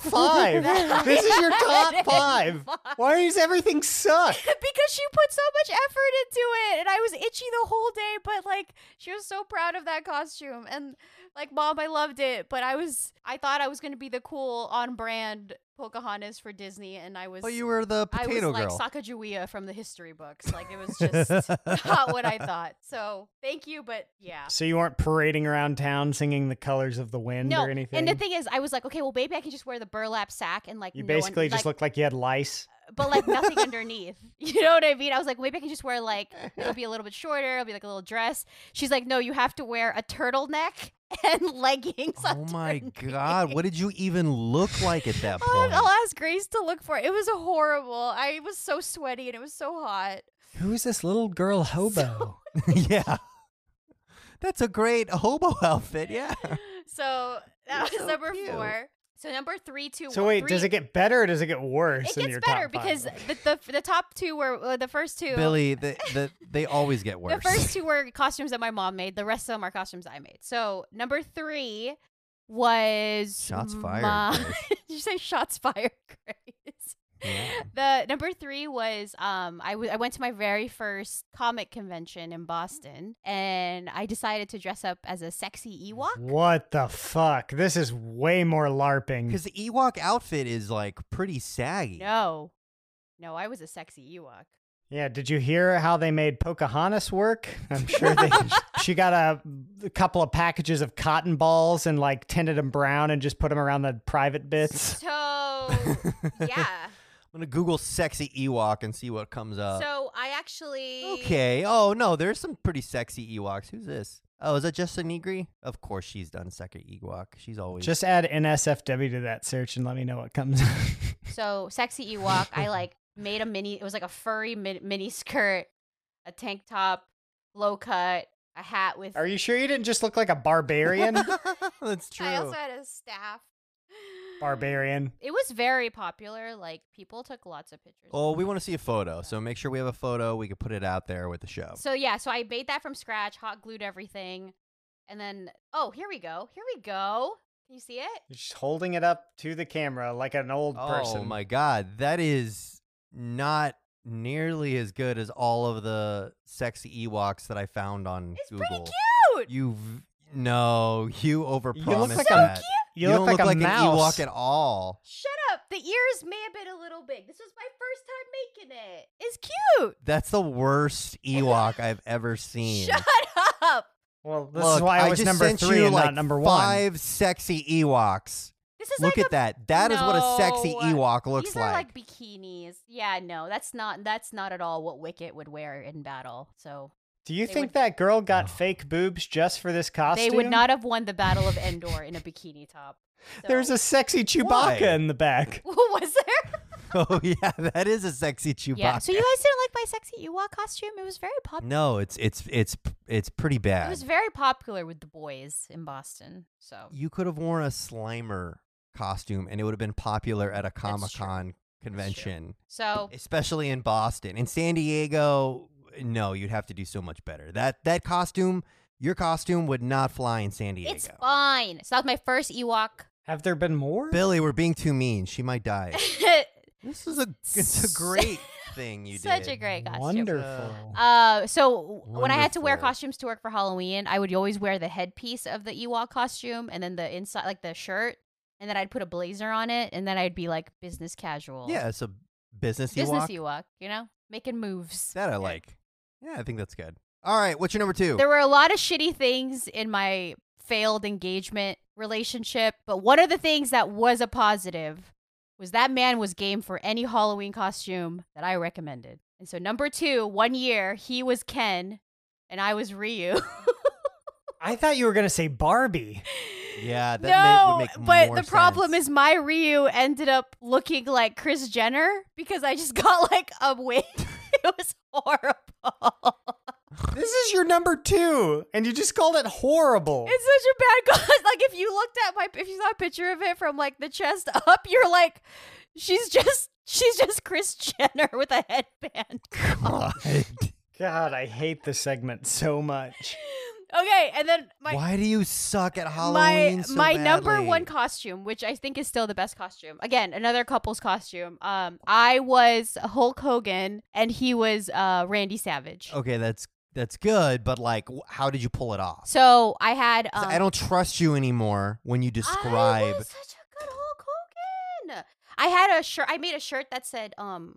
Speaker 3: five. this is your top five. Why does everything suck?
Speaker 5: because she put so much effort into it and I was itchy the whole day, but like she was so proud of that costume and like mom, I loved it, but I was I thought I was going to be the cool on brand Pocahontas for Disney and I
Speaker 3: Oh,
Speaker 5: was
Speaker 1: But you were the
Speaker 5: I was
Speaker 1: potato
Speaker 5: like
Speaker 1: girl.
Speaker 5: Sacagawea from the history books. Like it was just not what I thought. So, thank you, but yeah.
Speaker 3: So you weren't parading around town singing the colors of the wind
Speaker 2: No,
Speaker 3: or anything?
Speaker 2: and the thing is, I was like, okay, well, maybe I can just wear the burlap sack and like
Speaker 3: you
Speaker 2: no one-
Speaker 3: basically just
Speaker 2: like,
Speaker 3: looked like you had lice.
Speaker 2: but like nothing underneath. You know what I mean? I was like, maybe I can just wear like it'll be a little bit shorter, it'll be like a little dress. She's like, no, you have to wear a turtleneck and leggings.
Speaker 1: oh my god, what did you even look like at that
Speaker 2: Oh,
Speaker 5: I'll,
Speaker 1: point?
Speaker 5: I'll ask Grace to look for it. It was horrible. I was so sweaty and it was so hot.
Speaker 3: Who is this little girl hobo?
Speaker 1: yeah. That's a great hobo outfit, yeah.
Speaker 5: So, that was
Speaker 1: so
Speaker 5: number
Speaker 1: cute.
Speaker 5: 4. So number three, two,
Speaker 3: So
Speaker 5: one-
Speaker 3: wait,
Speaker 5: three-
Speaker 3: does it get better or does it get worse?
Speaker 5: It
Speaker 3: in
Speaker 5: gets
Speaker 3: your
Speaker 5: better
Speaker 3: top five?
Speaker 5: because the, the the top two were uh, the first two.
Speaker 1: Billy, the, the, they always get worse.
Speaker 2: The first two were costumes that my mom made. The rest of them are costumes I made. So number three was
Speaker 1: Shots fired.
Speaker 2: my-
Speaker 1: Grace.
Speaker 2: Did you say shots fired, Grace?
Speaker 1: Yeah.
Speaker 2: The number three was um I, w- I went to my very first comic convention in Boston and I decided to dress up as a sexy Ewok.
Speaker 3: What the fuck? This is way more LARPing.
Speaker 1: Because the Ewok outfit is like pretty saggy.
Speaker 2: No, no, I was a sexy Ewok.
Speaker 3: Yeah, did you hear how they made Pocahontas work? I'm sure they, she got a, a couple of packages of cotton balls and like tinted them brown and just put them around the private bits.
Speaker 5: So yeah.
Speaker 1: I'm gonna Google sexy Ewok and see what comes up.
Speaker 5: so I actually
Speaker 1: Uh, okay. Oh no, there's some pretty sexy Ewoks. Who's this? Oh, is that Justin Negri? Of course, she's done second Ewok. She's always
Speaker 3: Just add NSFW to that search and let me know what comes up.
Speaker 2: So sexy Ewok, I like made a mini. It was like a furry mini, mini skirt, a tank top, low cut, a hat with.
Speaker 3: Are you sure you didn't just look like a barbarian?
Speaker 1: That's true.
Speaker 5: I also had a staff.
Speaker 3: barbarian.
Speaker 2: it was very popular. Like people took lots of pictures.
Speaker 1: Oh, we want to see a photo. So make sure we have a photo. We can put it out there with the show.
Speaker 2: So yeah, so I made that from scratch, hot glued everything, and then oh, here we go, here we go. Can you see it?
Speaker 3: Just holding it up to the camera like an old person.
Speaker 1: Oh my god, that is not nearly as good as all of the sexy Ewoks that I found on
Speaker 5: It's
Speaker 1: Google.
Speaker 5: pretty cute.
Speaker 1: You v- no, you overpromised
Speaker 3: like a-
Speaker 1: that.
Speaker 3: You,
Speaker 1: You
Speaker 3: look
Speaker 1: don't
Speaker 3: like
Speaker 1: look
Speaker 3: a
Speaker 1: like
Speaker 3: mouse.
Speaker 1: an Ewok at all.
Speaker 5: Shut up. The ears may have been a little big. This was my first time making it. It's cute.
Speaker 1: That's the worst Ewok I've ever seen.
Speaker 5: Shut up.
Speaker 3: well, this
Speaker 1: Look,
Speaker 3: is why I was
Speaker 1: just
Speaker 3: number
Speaker 1: sent
Speaker 3: three
Speaker 1: you
Speaker 3: and
Speaker 1: like
Speaker 3: not number one.
Speaker 1: Five sexy Ewoks.
Speaker 2: This is
Speaker 1: Look
Speaker 2: like
Speaker 1: at that. That is what a sexy
Speaker 2: No.
Speaker 1: Ewok looks
Speaker 2: These are like bikinis. Yeah, no, that's not that's not at all what Wicket would wear in battle. So
Speaker 3: Do you
Speaker 2: They
Speaker 3: think
Speaker 2: would-
Speaker 3: that girl got fake boobs just for this costume?
Speaker 2: they would not have won the Battle of Endor in a bikini top.
Speaker 3: There's
Speaker 2: So-
Speaker 3: a sexy Chewbacca
Speaker 1: Why?
Speaker 3: in the back.
Speaker 5: was there?
Speaker 1: oh yeah, that is a sexy Chewbacca.
Speaker 2: yeah. So you guys didn't like my sexy Ewok costume? It was very popular.
Speaker 1: no, it's it's it's it's pretty
Speaker 2: It
Speaker 1: bad.
Speaker 2: was very popular with the boys in Boston. So
Speaker 1: you could have worn a Slimer costume and it would have been popular at a
Speaker 2: true.
Speaker 1: Comic Con convention,
Speaker 2: so
Speaker 1: especially in Boston. In San Diego, no, you'd have to do so much better. That that costume, your costume would not fly in San Diego.
Speaker 2: it's fine. So that was my first Ewok.
Speaker 3: Have there been more?
Speaker 1: Billy, we're being too mean. She might die. This is a it's a great thing you
Speaker 2: Such
Speaker 1: did.
Speaker 2: a great costume.
Speaker 3: Wonderful.
Speaker 2: Uh, so w when I had to wear
Speaker 1: Wonderful.
Speaker 2: costumes to work for Halloween, I would always wear the headpiece of the Ewok costume and then the inside, like the shirt, and then I'd put a blazer on it, and then I'd be like business casual.
Speaker 1: Yeah, it's a business
Speaker 2: business
Speaker 1: Ewok.
Speaker 2: Ewok, you know, making moves.
Speaker 1: That I like. Yeah, I think that's good. All right, what's your number two?
Speaker 2: There were a lot of shitty things in my failed engagement relationship, but one of the things that was a positive was that man was game for any Halloween costume that I recommended. And so number two, one year he was Ken, and I was Ryu.
Speaker 3: I thought you were going to say Barbie.
Speaker 1: yeah, that
Speaker 2: no,
Speaker 1: may, would make
Speaker 2: but
Speaker 1: more
Speaker 2: the problem
Speaker 1: sense.
Speaker 2: is my Ryu ended up looking like Chris Jenner because I just got like a wig. it was horrible.
Speaker 3: This is your number two, and you just called it horrible.
Speaker 2: It's such a bad cause. Like if you looked at my, if you saw a picture of it from like the chest up, you're like, She's just she's just Chris Jenner with a headband.
Speaker 1: God.
Speaker 3: God, I hate this segment so much.
Speaker 5: Okay, and then my
Speaker 1: Why do you suck at Halloween?
Speaker 2: my
Speaker 1: so
Speaker 2: my number
Speaker 1: badly?
Speaker 2: one costume, which I think is still the best costume. Again, another couple's costume. Um, I was Hulk Hogan and he was uh Randy Savage.
Speaker 1: Okay, that's that's good, but like, wh- how did you pull it off?
Speaker 2: So I had.
Speaker 1: 'Cause
Speaker 2: Um,
Speaker 1: I don't trust you anymore when you
Speaker 2: I
Speaker 1: describe.
Speaker 2: was such a good Hulk Hogan. I had a shirt. I made a shirt that said um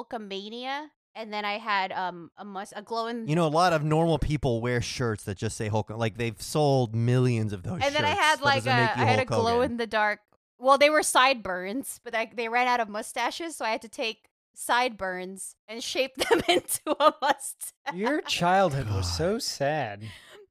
Speaker 2: Hulkamania, and then I had um a must a glowing.
Speaker 1: You know, a lot of normal people wear shirts that just say Hulk. Like they've sold millions of those.
Speaker 2: and then I
Speaker 1: shirts.
Speaker 2: had
Speaker 1: Oh, That
Speaker 2: like a
Speaker 1: doesn't make you
Speaker 2: I had a
Speaker 1: Hulk
Speaker 2: glow
Speaker 1: Hogan.
Speaker 2: in the dark. Well, they were sideburns, but I, they ran out of mustaches, so I had to take sideburns and shape them into a mustache.
Speaker 3: Your childhood was so sad.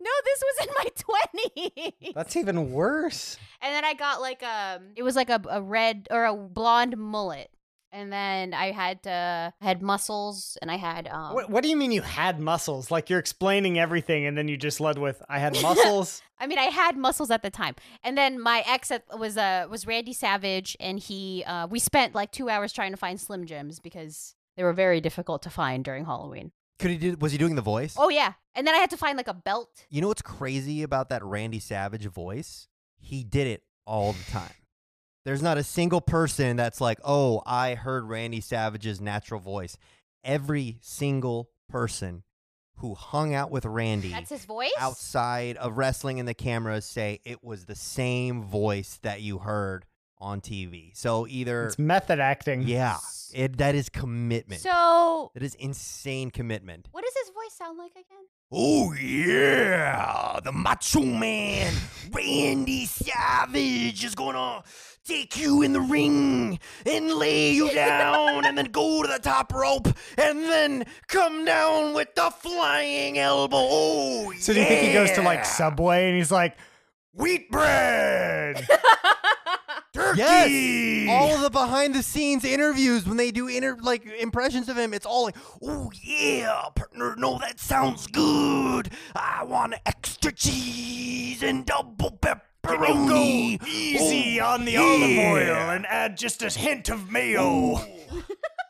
Speaker 2: No, this was in my twenties.
Speaker 3: That's even worse.
Speaker 2: And then I got like um it was like a, a red or a blonde mullet. And then I had uh had muscles and I had um
Speaker 3: What, what do you mean you had muscles? Like you're explaining everything and then you just led with, I had muscles.
Speaker 2: I mean I had muscles at the time. And then my ex at, was uh was Randy Savage and he uh we spent like 2 hours trying to find Slim Jims because they were very difficult to find during Halloween.
Speaker 1: Could he do? Was he doing the voice?
Speaker 2: Oh yeah. And then I had to find like a belt.
Speaker 1: You know what's crazy about that Randy Savage voice? He did it all the time. There's not a single person that's like, oh, I heard Randy Savage's natural voice. Every single person who hung out with Randy
Speaker 2: That's his voice?
Speaker 1: outside of wrestling and the cameras say it was the same voice that you heard on TV. So either,
Speaker 3: it's method acting.
Speaker 1: yeah, it, that is commitment.
Speaker 2: So
Speaker 1: that is insane commitment.
Speaker 2: what does his voice sound like again?
Speaker 1: Oh yeah, the Macho Man Randy Savage is gonna take you in the ring and lay you down, and then go to the top rope, and then come down with the flying elbow. Oh
Speaker 3: So do you think he goes to like
Speaker 1: yeah.
Speaker 3: Subway and he's like, wheat bread?
Speaker 1: turkey? All the behind the scenes interviews when they do inter like impressions of him, it's all like, "Oh yeah, partner, no, that sounds good. I want extra cheese and double pepperoni.
Speaker 4: Go easy
Speaker 1: Oh,
Speaker 4: on the
Speaker 1: yeah.
Speaker 4: olive oil and add just a hint of mayo.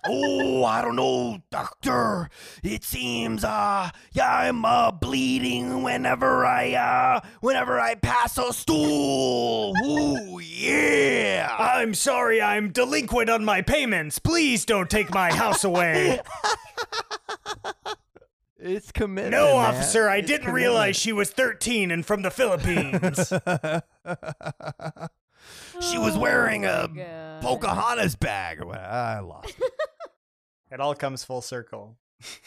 Speaker 1: oh, I don't know, doctor. It seems uh yeah, I'm uh bleeding whenever I uh whenever I pass a stool. Ooh yeah.
Speaker 4: I'm sorry, I'm delinquent on my payments. Please don't take my house away.
Speaker 1: It's commitment.
Speaker 4: No, officer, I didn't realize she was 13 and from the Philippines.
Speaker 1: she was wearing a
Speaker 2: Oh God.
Speaker 1: Pocahontas bag. or what- I lost. it.
Speaker 3: It all comes full circle.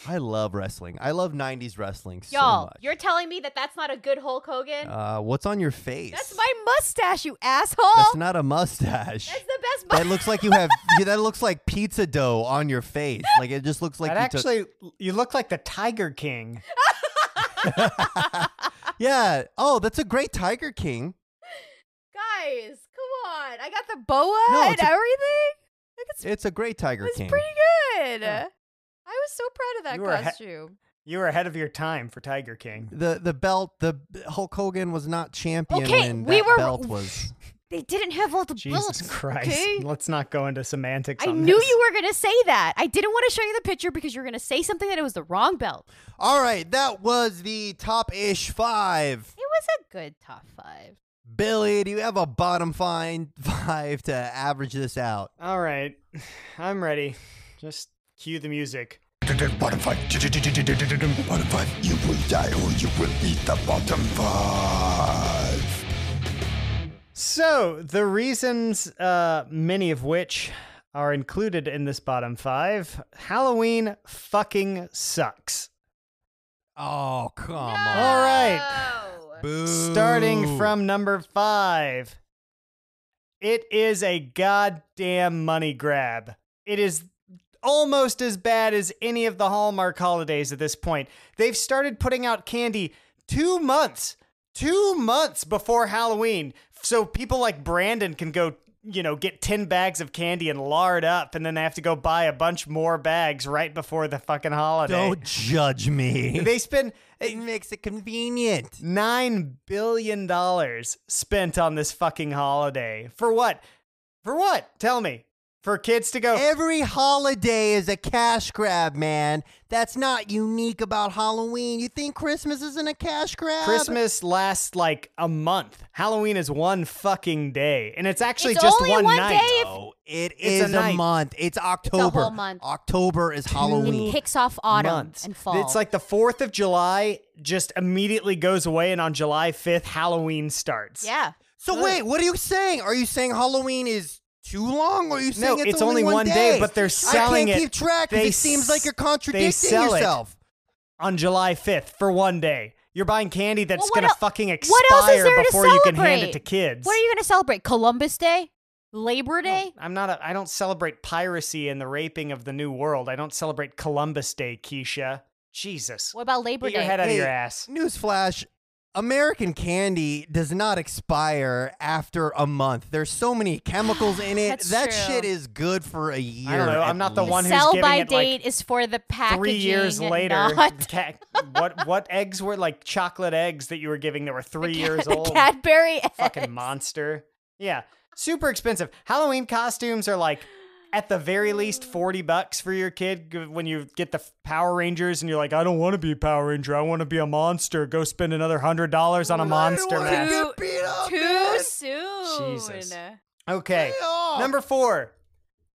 Speaker 1: I love wrestling. I love '90s wrestling so
Speaker 2: Y'all,
Speaker 1: much.
Speaker 2: you're telling me that that's not a good Hulk Hogan?
Speaker 1: uh, what's on your face?
Speaker 2: That's my mustache, you asshole.
Speaker 1: That's not a mustache.
Speaker 2: That's the best.
Speaker 1: that looks like you have. you- that looks like pizza dough on your face. Like it just looks like
Speaker 3: That
Speaker 1: you took-
Speaker 3: actually, you look like the Tiger King.
Speaker 1: yeah. Oh, that's a great Tiger King.
Speaker 2: guys, come on! I got the boa
Speaker 1: No,
Speaker 2: and
Speaker 1: it's a-
Speaker 2: everything. Like it's,
Speaker 1: It's a great Tiger
Speaker 2: it's
Speaker 1: King.
Speaker 2: pretty good. I was so proud of that
Speaker 3: You were he-
Speaker 2: costume.
Speaker 3: You were ahead of your time for Tiger King.
Speaker 1: the the belt the Hulk Hogan was not champion
Speaker 2: Okay,
Speaker 1: when
Speaker 2: we
Speaker 1: that
Speaker 2: were-
Speaker 1: belt was
Speaker 2: They didn't have all the
Speaker 3: Jesus
Speaker 2: bullets.
Speaker 3: Christ.
Speaker 2: okay?
Speaker 3: Let's not go into semantics.
Speaker 2: I
Speaker 3: on
Speaker 2: knew
Speaker 3: this.
Speaker 2: you were gonna say that. I didn't want to show you the picture because you were gonna say something that it was the wrong belt.
Speaker 1: All right, that was the top ish five.
Speaker 2: It was a good top five.
Speaker 1: Billy, do you have a bottom fine five to average this out?
Speaker 3: All right. I'm ready. Just cue the music.
Speaker 6: Bottom five. Bottom five. You will die or you will be the bottom five.
Speaker 3: So, the reasons, uh, many of which are included in this bottom five Halloween fucking sucks.
Speaker 1: Oh come
Speaker 3: All
Speaker 1: on!
Speaker 3: right.
Speaker 1: Boo.
Speaker 3: Starting from number five, it is a goddamn money grab. It is almost as bad as any of the Hallmark holidays at this point. They've started putting out candy two months, two months before Halloween. So people like Brandon can go, you know, get 10 bags of candy and lard up, and then they have to go buy a bunch more bags right before the fucking holiday.
Speaker 1: don't judge me.
Speaker 3: They spend
Speaker 1: It makes it convenient.
Speaker 3: Nine billion dollars spent on this fucking holiday. For what? For what? Tell me. for kids to go.
Speaker 1: Every holiday is a cash grab, man. That's not unique about Halloween. You think Christmas isn't a cash grab?
Speaker 3: Christmas lasts like a month. Halloween is one fucking day, and it's actually
Speaker 2: It's
Speaker 3: just
Speaker 2: only
Speaker 3: one,
Speaker 2: one
Speaker 3: night. Oh.
Speaker 2: day
Speaker 1: No, it
Speaker 2: if-
Speaker 3: It's a
Speaker 1: is a,
Speaker 3: night.
Speaker 1: month. It's October.
Speaker 2: month.
Speaker 1: October is Halloween.
Speaker 2: It kicks off autumn
Speaker 3: months.
Speaker 2: and fall.
Speaker 3: It's like the 4th of July just immediately goes away, and on July 5th, Halloween starts.
Speaker 5: Yeah.
Speaker 1: So wait, what are you saying? Are you saying Halloween is too long? Or are you saying
Speaker 3: No,
Speaker 1: it's,
Speaker 3: it's only one day, but they're selling
Speaker 1: I can't
Speaker 3: it.
Speaker 1: keep track because
Speaker 3: They
Speaker 1: it seems
Speaker 3: s-
Speaker 1: like you're
Speaker 3: they
Speaker 1: contradicting
Speaker 3: sell it.
Speaker 1: yourself.
Speaker 3: On July 5th for one day. You're buying candy that's
Speaker 2: Well, what
Speaker 3: going to
Speaker 2: el-
Speaker 3: fucking
Speaker 2: what else is
Speaker 3: expire
Speaker 2: there to
Speaker 3: before you can hand
Speaker 2: celebrate?
Speaker 3: it to kids.
Speaker 2: what are you going to celebrate? Columbus Day? Labor Day?
Speaker 3: I'm not. A, I don't celebrate piracy and the raping of the New World. I don't celebrate Columbus Day, Keisha. Jesus,
Speaker 2: What about Labor
Speaker 3: get your
Speaker 2: Day?
Speaker 3: head out
Speaker 1: Hey,
Speaker 3: of your ass.
Speaker 1: Newsflash. American candy does not expire after a month. There's so many chemicals in it.
Speaker 2: That's
Speaker 1: that
Speaker 2: true.
Speaker 1: shit is good for a year.
Speaker 3: I don't know.
Speaker 1: at
Speaker 3: I'm not the
Speaker 1: least.
Speaker 3: one
Speaker 2: The
Speaker 3: who's
Speaker 2: sell
Speaker 3: giving
Speaker 2: by
Speaker 3: it
Speaker 2: date
Speaker 3: like
Speaker 2: is for the packaging.
Speaker 3: three years later.
Speaker 2: Not
Speaker 3: ca- what what eggs were like chocolate eggs that you were giving that were three years
Speaker 2: the
Speaker 3: old?
Speaker 2: Cadbury
Speaker 3: Fucking
Speaker 2: eggs.
Speaker 3: monster. Yeah, super expensive. Halloween costumes are like. At the very least, forty bucks for your kid g- when you get the f- Power Rangers, and you're like, "I don't want to be a Power Ranger. I want to be a monster." Go spend another hundred dollars on a monster
Speaker 1: wanna
Speaker 3: mask.
Speaker 1: get beat up,
Speaker 5: Too
Speaker 1: man.
Speaker 5: soon.
Speaker 3: Jesus. Okay.
Speaker 1: off.
Speaker 3: Number four,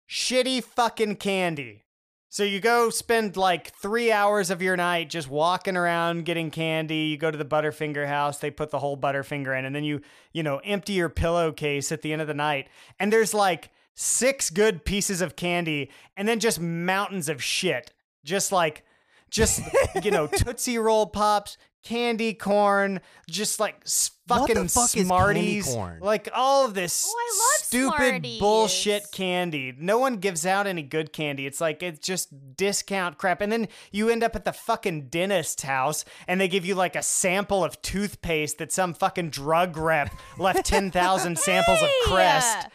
Speaker 3: shitty fucking candy. So you go spend like three hours of your night just walking around getting candy. You go to the Butterfinger house, they put the whole Butterfinger in, and then you, you know, empty your pillowcase at the end of the night. And there's like six good pieces of candy and then just mountains of shit. Just like, just, you know, Tootsie Roll Pops, candy corn, just like s-
Speaker 1: What the
Speaker 3: fucking
Speaker 1: fuck is candy
Speaker 3: Smarties.
Speaker 1: corn?
Speaker 3: Like all of this
Speaker 5: Oh, I love
Speaker 3: stupid
Speaker 5: Smarties.
Speaker 3: bullshit candy. No one gives out any good candy. It's like it's just discount crap. And then you end up at the fucking dentist's house and they give you like a sample of toothpaste that some fucking drug rep left 10,000 samples of Crest.
Speaker 2: uh,
Speaker 5: Yeah.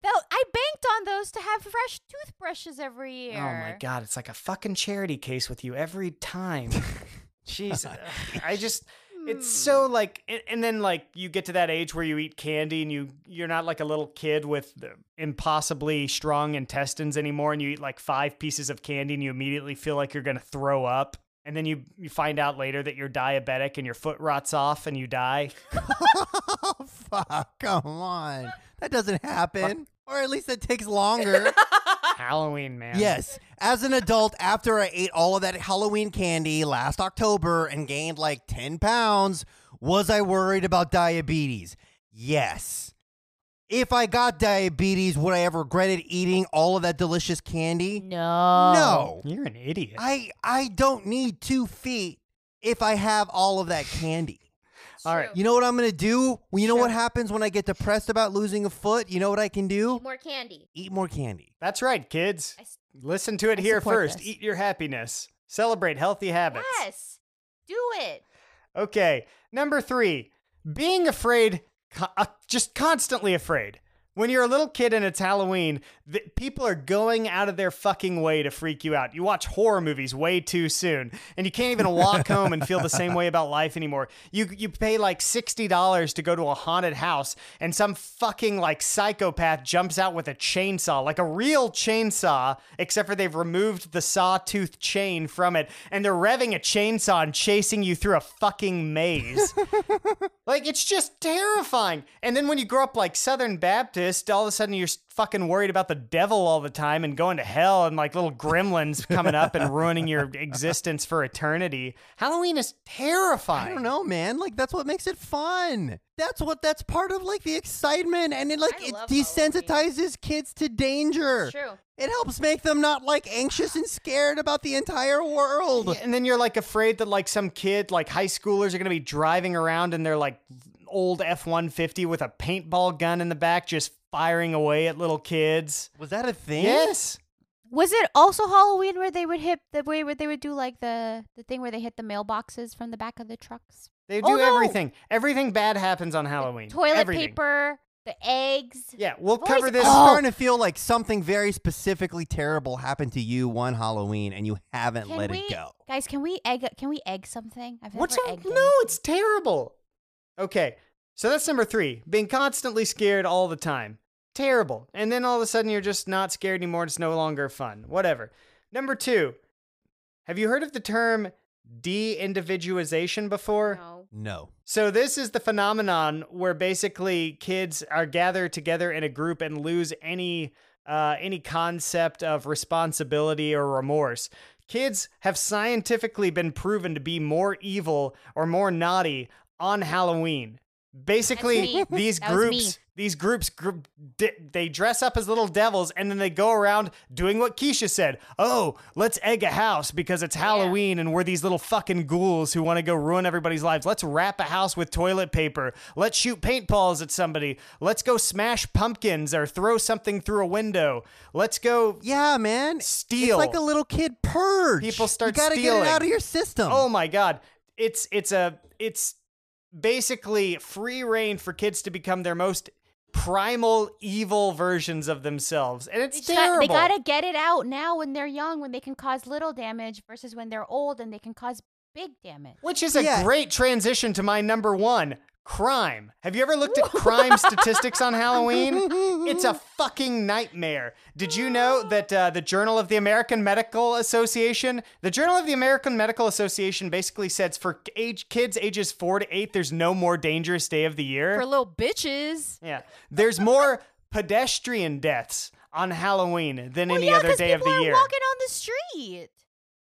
Speaker 5: Though I banked on those to have fresh toothbrushes every year.
Speaker 3: Oh my god, it's like a fucking charity case with you every time. Jesus. I just it's so like and, and then like you get to that age where you eat candy and you you're not like a little kid with the impossibly strong intestines anymore and you eat like five pieces of candy and you immediately feel like you're going to throw up. And then you, you find out later that you're diabetic and your foot rots off and you die.
Speaker 1: oh fuck! Come on, that doesn't happen, or at least it takes longer.
Speaker 3: Halloween, man.
Speaker 1: yes, as an adult, after I ate all of that Halloween candy last October and gained like ten pounds, was I worried about diabetes? Yes. If I got diabetes, would I have regretted eating all of that delicious candy?
Speaker 2: No.
Speaker 1: No.
Speaker 3: You're an idiot.
Speaker 1: I I don't need two feet if I have all of that candy.
Speaker 3: All right.
Speaker 1: You know what I'm gonna do? Well, you know what happens when I get depressed about losing a foot? You know what I can do?
Speaker 5: More candy.
Speaker 1: Eat more candy.
Speaker 3: That's right, kids.
Speaker 5: I s-
Speaker 3: Listen to it
Speaker 2: I
Speaker 3: here
Speaker 2: support
Speaker 3: first.
Speaker 2: this.
Speaker 3: Eat your happiness. Celebrate healthy habits.
Speaker 5: Yes. Do it.
Speaker 3: Okay. Number three, being afraid, co- uh, just constantly afraid. When you're a little kid and it's Halloween, th- people are going out of their fucking way to freak you out. You watch horror movies way too soon, and you can't even walk home and feel the same way about life anymore. You you pay like sixty dollars to go to a haunted house, and some fucking like psychopath jumps out with a chainsaw, like a real chainsaw, except for they've removed the sawtooth chain from it, and they're revving a chainsaw and chasing you through a fucking maze. Like it's just terrifying. And then when you grow up like Southern Baptist, all of a sudden you're s- fucking worried about the devil all the time and going to hell and like little gremlins coming up and ruining your existence for eternity. Halloween is terrifying.
Speaker 1: I don't know, man. Like that's what makes it fun. That's what that's part of like the excitement and it like
Speaker 5: I
Speaker 1: it
Speaker 5: love
Speaker 1: desensitizes kids to danger.
Speaker 5: True.
Speaker 1: It helps make them not like anxious and scared about the entire world.
Speaker 3: Yeah, and then you're like afraid that like some kid, like high schoolers, are gonna be driving around in their like old F one fifty with a paintball gun in the back, just firing away at little kids.
Speaker 1: Was that a thing?
Speaker 3: Yes.
Speaker 2: Was it also Halloween where they would hit the way where they would do like the the thing where they hit the mailboxes from the back of the trucks?
Speaker 3: They do
Speaker 2: Oh, no.
Speaker 3: everything. Everything bad happens on Halloween.
Speaker 2: Toilet
Speaker 3: Everything.
Speaker 2: paper, the eggs.
Speaker 3: Yeah, we'll
Speaker 2: Boys-
Speaker 3: cover this.
Speaker 1: I'm
Speaker 2: Oh.
Speaker 1: starting to feel like something very specifically terrible happened to you one Halloween and you haven't
Speaker 2: Can
Speaker 1: let
Speaker 2: we,
Speaker 1: it go.
Speaker 2: guys? Can we egg? Can we egg something? I've
Speaker 3: What's
Speaker 2: never
Speaker 3: up?
Speaker 2: egged
Speaker 3: No, it's terrible. Okay, so that's number three being constantly scared all the time. terrible. And then all of a sudden you're just not scared anymore. It's no longer fun. Whatever. Number two, have you heard of the term de individualization before?
Speaker 5: No.
Speaker 1: No.
Speaker 3: So this is the phenomenon where basically kids are gathered together in a group and lose any uh, any concept of responsibility or remorse. Kids have scientifically been proven to be more evil or more naughty on Halloween. Basically,
Speaker 5: That's
Speaker 2: me.
Speaker 3: these
Speaker 2: That was me.
Speaker 3: groups these groups group, di- they dress up as little devils and then they go around doing what Keisha said. Oh, let's egg a house because it's Halloween and we're these little fucking ghouls who want to go ruin everybody's lives. Let's wrap a house with toilet paper. Let's shoot paintballs at somebody. Let's go smash pumpkins or throw something through a window. Let's go
Speaker 1: Yeah, man.
Speaker 3: Steal.
Speaker 1: It's like a little kid purge.
Speaker 3: People start
Speaker 1: You gotta get
Speaker 3: stealing.
Speaker 1: it out of your system.
Speaker 3: Oh my god. It's it's a it's basically free reign for kids to become their most primal evil versions of themselves. And it's
Speaker 2: They, just got, they
Speaker 3: terrible.
Speaker 2: gotta get it out now when they're young, when they can cause little damage, versus when they're old and they can cause big damage.
Speaker 3: Which is a
Speaker 1: Yeah.
Speaker 3: great transition to my number one crime. Have you ever looked at crime statistics on Halloween? It's a fucking nightmare. Did you know that uh, the Journal of the American Medical Association, the Journal of the American Medical Association basically says for age kids ages 4 to 8 there's no more dangerous day of the year.
Speaker 5: For little bitches.
Speaker 3: Yeah. There's more pedestrian deaths on Halloween than any other
Speaker 5: 'cause
Speaker 3: day of
Speaker 5: people
Speaker 3: the
Speaker 5: are
Speaker 3: year.
Speaker 5: walking on the street.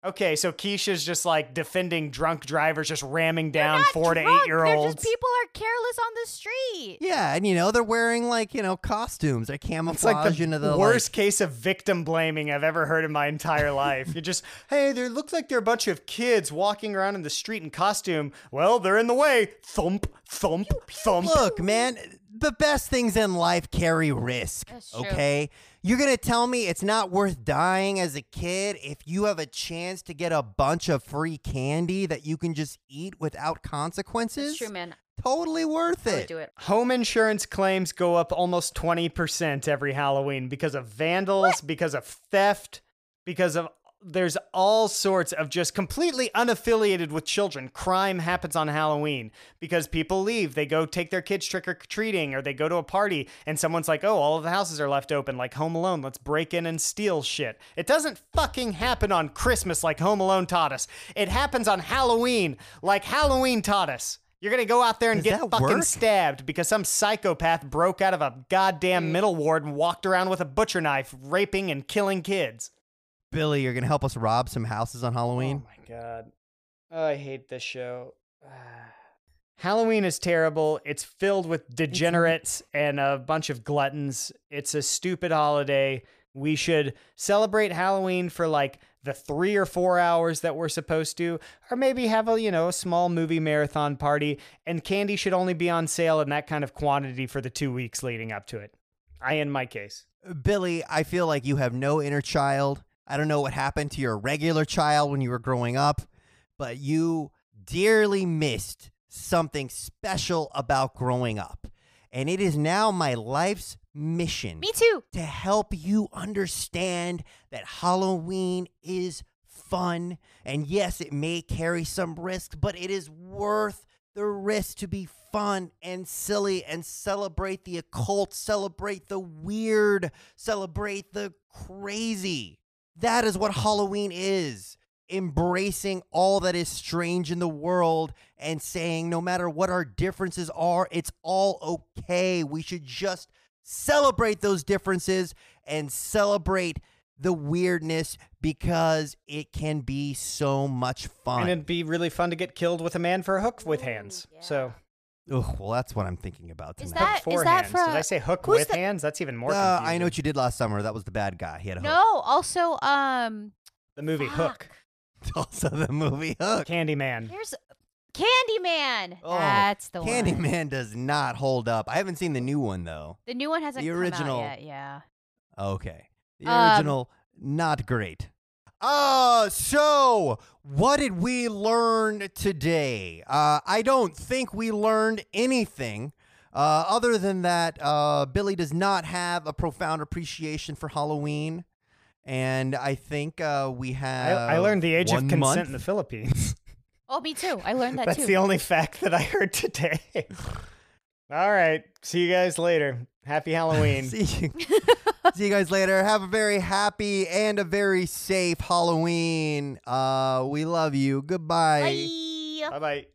Speaker 3: Okay, so Keisha's just like defending drunk drivers, just ramming down
Speaker 5: Not
Speaker 3: four to
Speaker 5: drunk,
Speaker 3: eight year
Speaker 5: they're
Speaker 3: olds.
Speaker 5: Just people are careless on the street.
Speaker 1: Yeah, and you know they're wearing like you know costumes. They're
Speaker 3: It's
Speaker 1: camouflage
Speaker 3: like the
Speaker 1: into the like-
Speaker 3: worst case of victim blaming I've ever heard in my entire life. You're just, hey, there looks like they're a bunch of kids walking around in the street in costume. Well, they're in the way. Thump, thump, thump.
Speaker 1: Look, man, the best things in life carry risk.
Speaker 2: That's true.
Speaker 1: Okay, you're gonna tell me it's not worth dying as a kid if you have a chance to get a bunch of free candy that you can just eat without consequences?
Speaker 2: It's true, man.
Speaker 1: Totally worth
Speaker 5: I
Speaker 1: it.
Speaker 5: would do it.
Speaker 3: Home insurance claims go up almost 20% every Halloween because of vandals, because of theft, because of there's all sorts of just completely unaffiliated with children. Crime happens on Halloween because people leave. They go take their kids trick or treating or they go to a party and someone's like, oh, all of the houses are left open, like Home Alone. Let's break in and steal shit. It doesn't fucking happen on Christmas like Home Alone taught us. It happens on Halloween like Halloween taught us. You're gonna go out there and
Speaker 1: Does
Speaker 3: get
Speaker 1: that
Speaker 3: fucking
Speaker 1: work?
Speaker 3: stabbed because some psychopath broke out of a goddamn middle ward and walked around with a butcher knife, raping and killing kids.
Speaker 1: Billy, you're gonna help us rob some houses on Halloween.
Speaker 3: Oh my god. Oh, I hate this show. Ah. Halloween is terrible. It's filled with degenerates and a bunch of gluttons. It's a stupid holiday. We should celebrate Halloween for like the three or four hours that we're supposed to, or maybe have a, you know, a small movie marathon party. And candy should only be on sale in that kind of quantity for the two weeks leading up to it. I, in my case.
Speaker 1: Billy, I feel like you have no inner child. I don't know what happened to your regular child when you were growing up, but you dearly missed something special about growing up. And it is now my life's mission
Speaker 2: Me too.
Speaker 1: to help you understand that Halloween is fun. And yes, it may carry some risk, but it is worth the risk to be fun and silly and celebrate the occult, celebrate the weird, celebrate the crazy. That is what Halloween is. Embracing all that is strange in the world and saying, no matter what our differences are, it's all okay. We should just celebrate those differences and celebrate the weirdness because it can be so much
Speaker 3: And
Speaker 1: fun.
Speaker 3: it'd be really fun to get killed with a man for a hook with hands. So.
Speaker 1: Ugh, well, that's what I'm thinking about
Speaker 2: Is
Speaker 1: tonight.
Speaker 2: that-
Speaker 3: hook for
Speaker 2: that
Speaker 3: hands.
Speaker 2: from-
Speaker 3: Did I say hook
Speaker 2: who's
Speaker 3: with
Speaker 2: the-
Speaker 3: hands? That's even more.
Speaker 1: Uh, I
Speaker 3: confusing.
Speaker 1: know what you did last summer. That was the bad guy. He had a
Speaker 2: No,
Speaker 1: hook.
Speaker 2: also, um,
Speaker 3: The movie Hook,
Speaker 1: Also, the movie Hook.
Speaker 3: Candyman.
Speaker 2: there's Candyman.
Speaker 1: Oh,
Speaker 2: That's the one.
Speaker 1: Candyman does not hold up. I haven't seen the new one though.
Speaker 2: The new one hasn't
Speaker 1: The
Speaker 2: come out
Speaker 1: original.
Speaker 2: yet. Yeah.
Speaker 1: Okay, the
Speaker 2: Um,
Speaker 1: original not great. Uh, so what did we learn today? Uh, I don't think we learned anything. Uh, other than that, uh, Billy does not have a profound appreciation for Halloween, and I think uh, we
Speaker 3: I,
Speaker 1: have.
Speaker 3: I learned the age of
Speaker 1: one
Speaker 3: consent
Speaker 1: month.
Speaker 3: in the Philippines.
Speaker 2: Oh, me too. I learned that
Speaker 3: That's
Speaker 2: too.
Speaker 3: the only fact that I heard today. All right. See you guys later. Happy Halloween.
Speaker 1: See you, see you guys later. Have a very happy and a very safe Halloween. Uh, we love you. Goodbye.
Speaker 2: Bye.
Speaker 3: bye bye.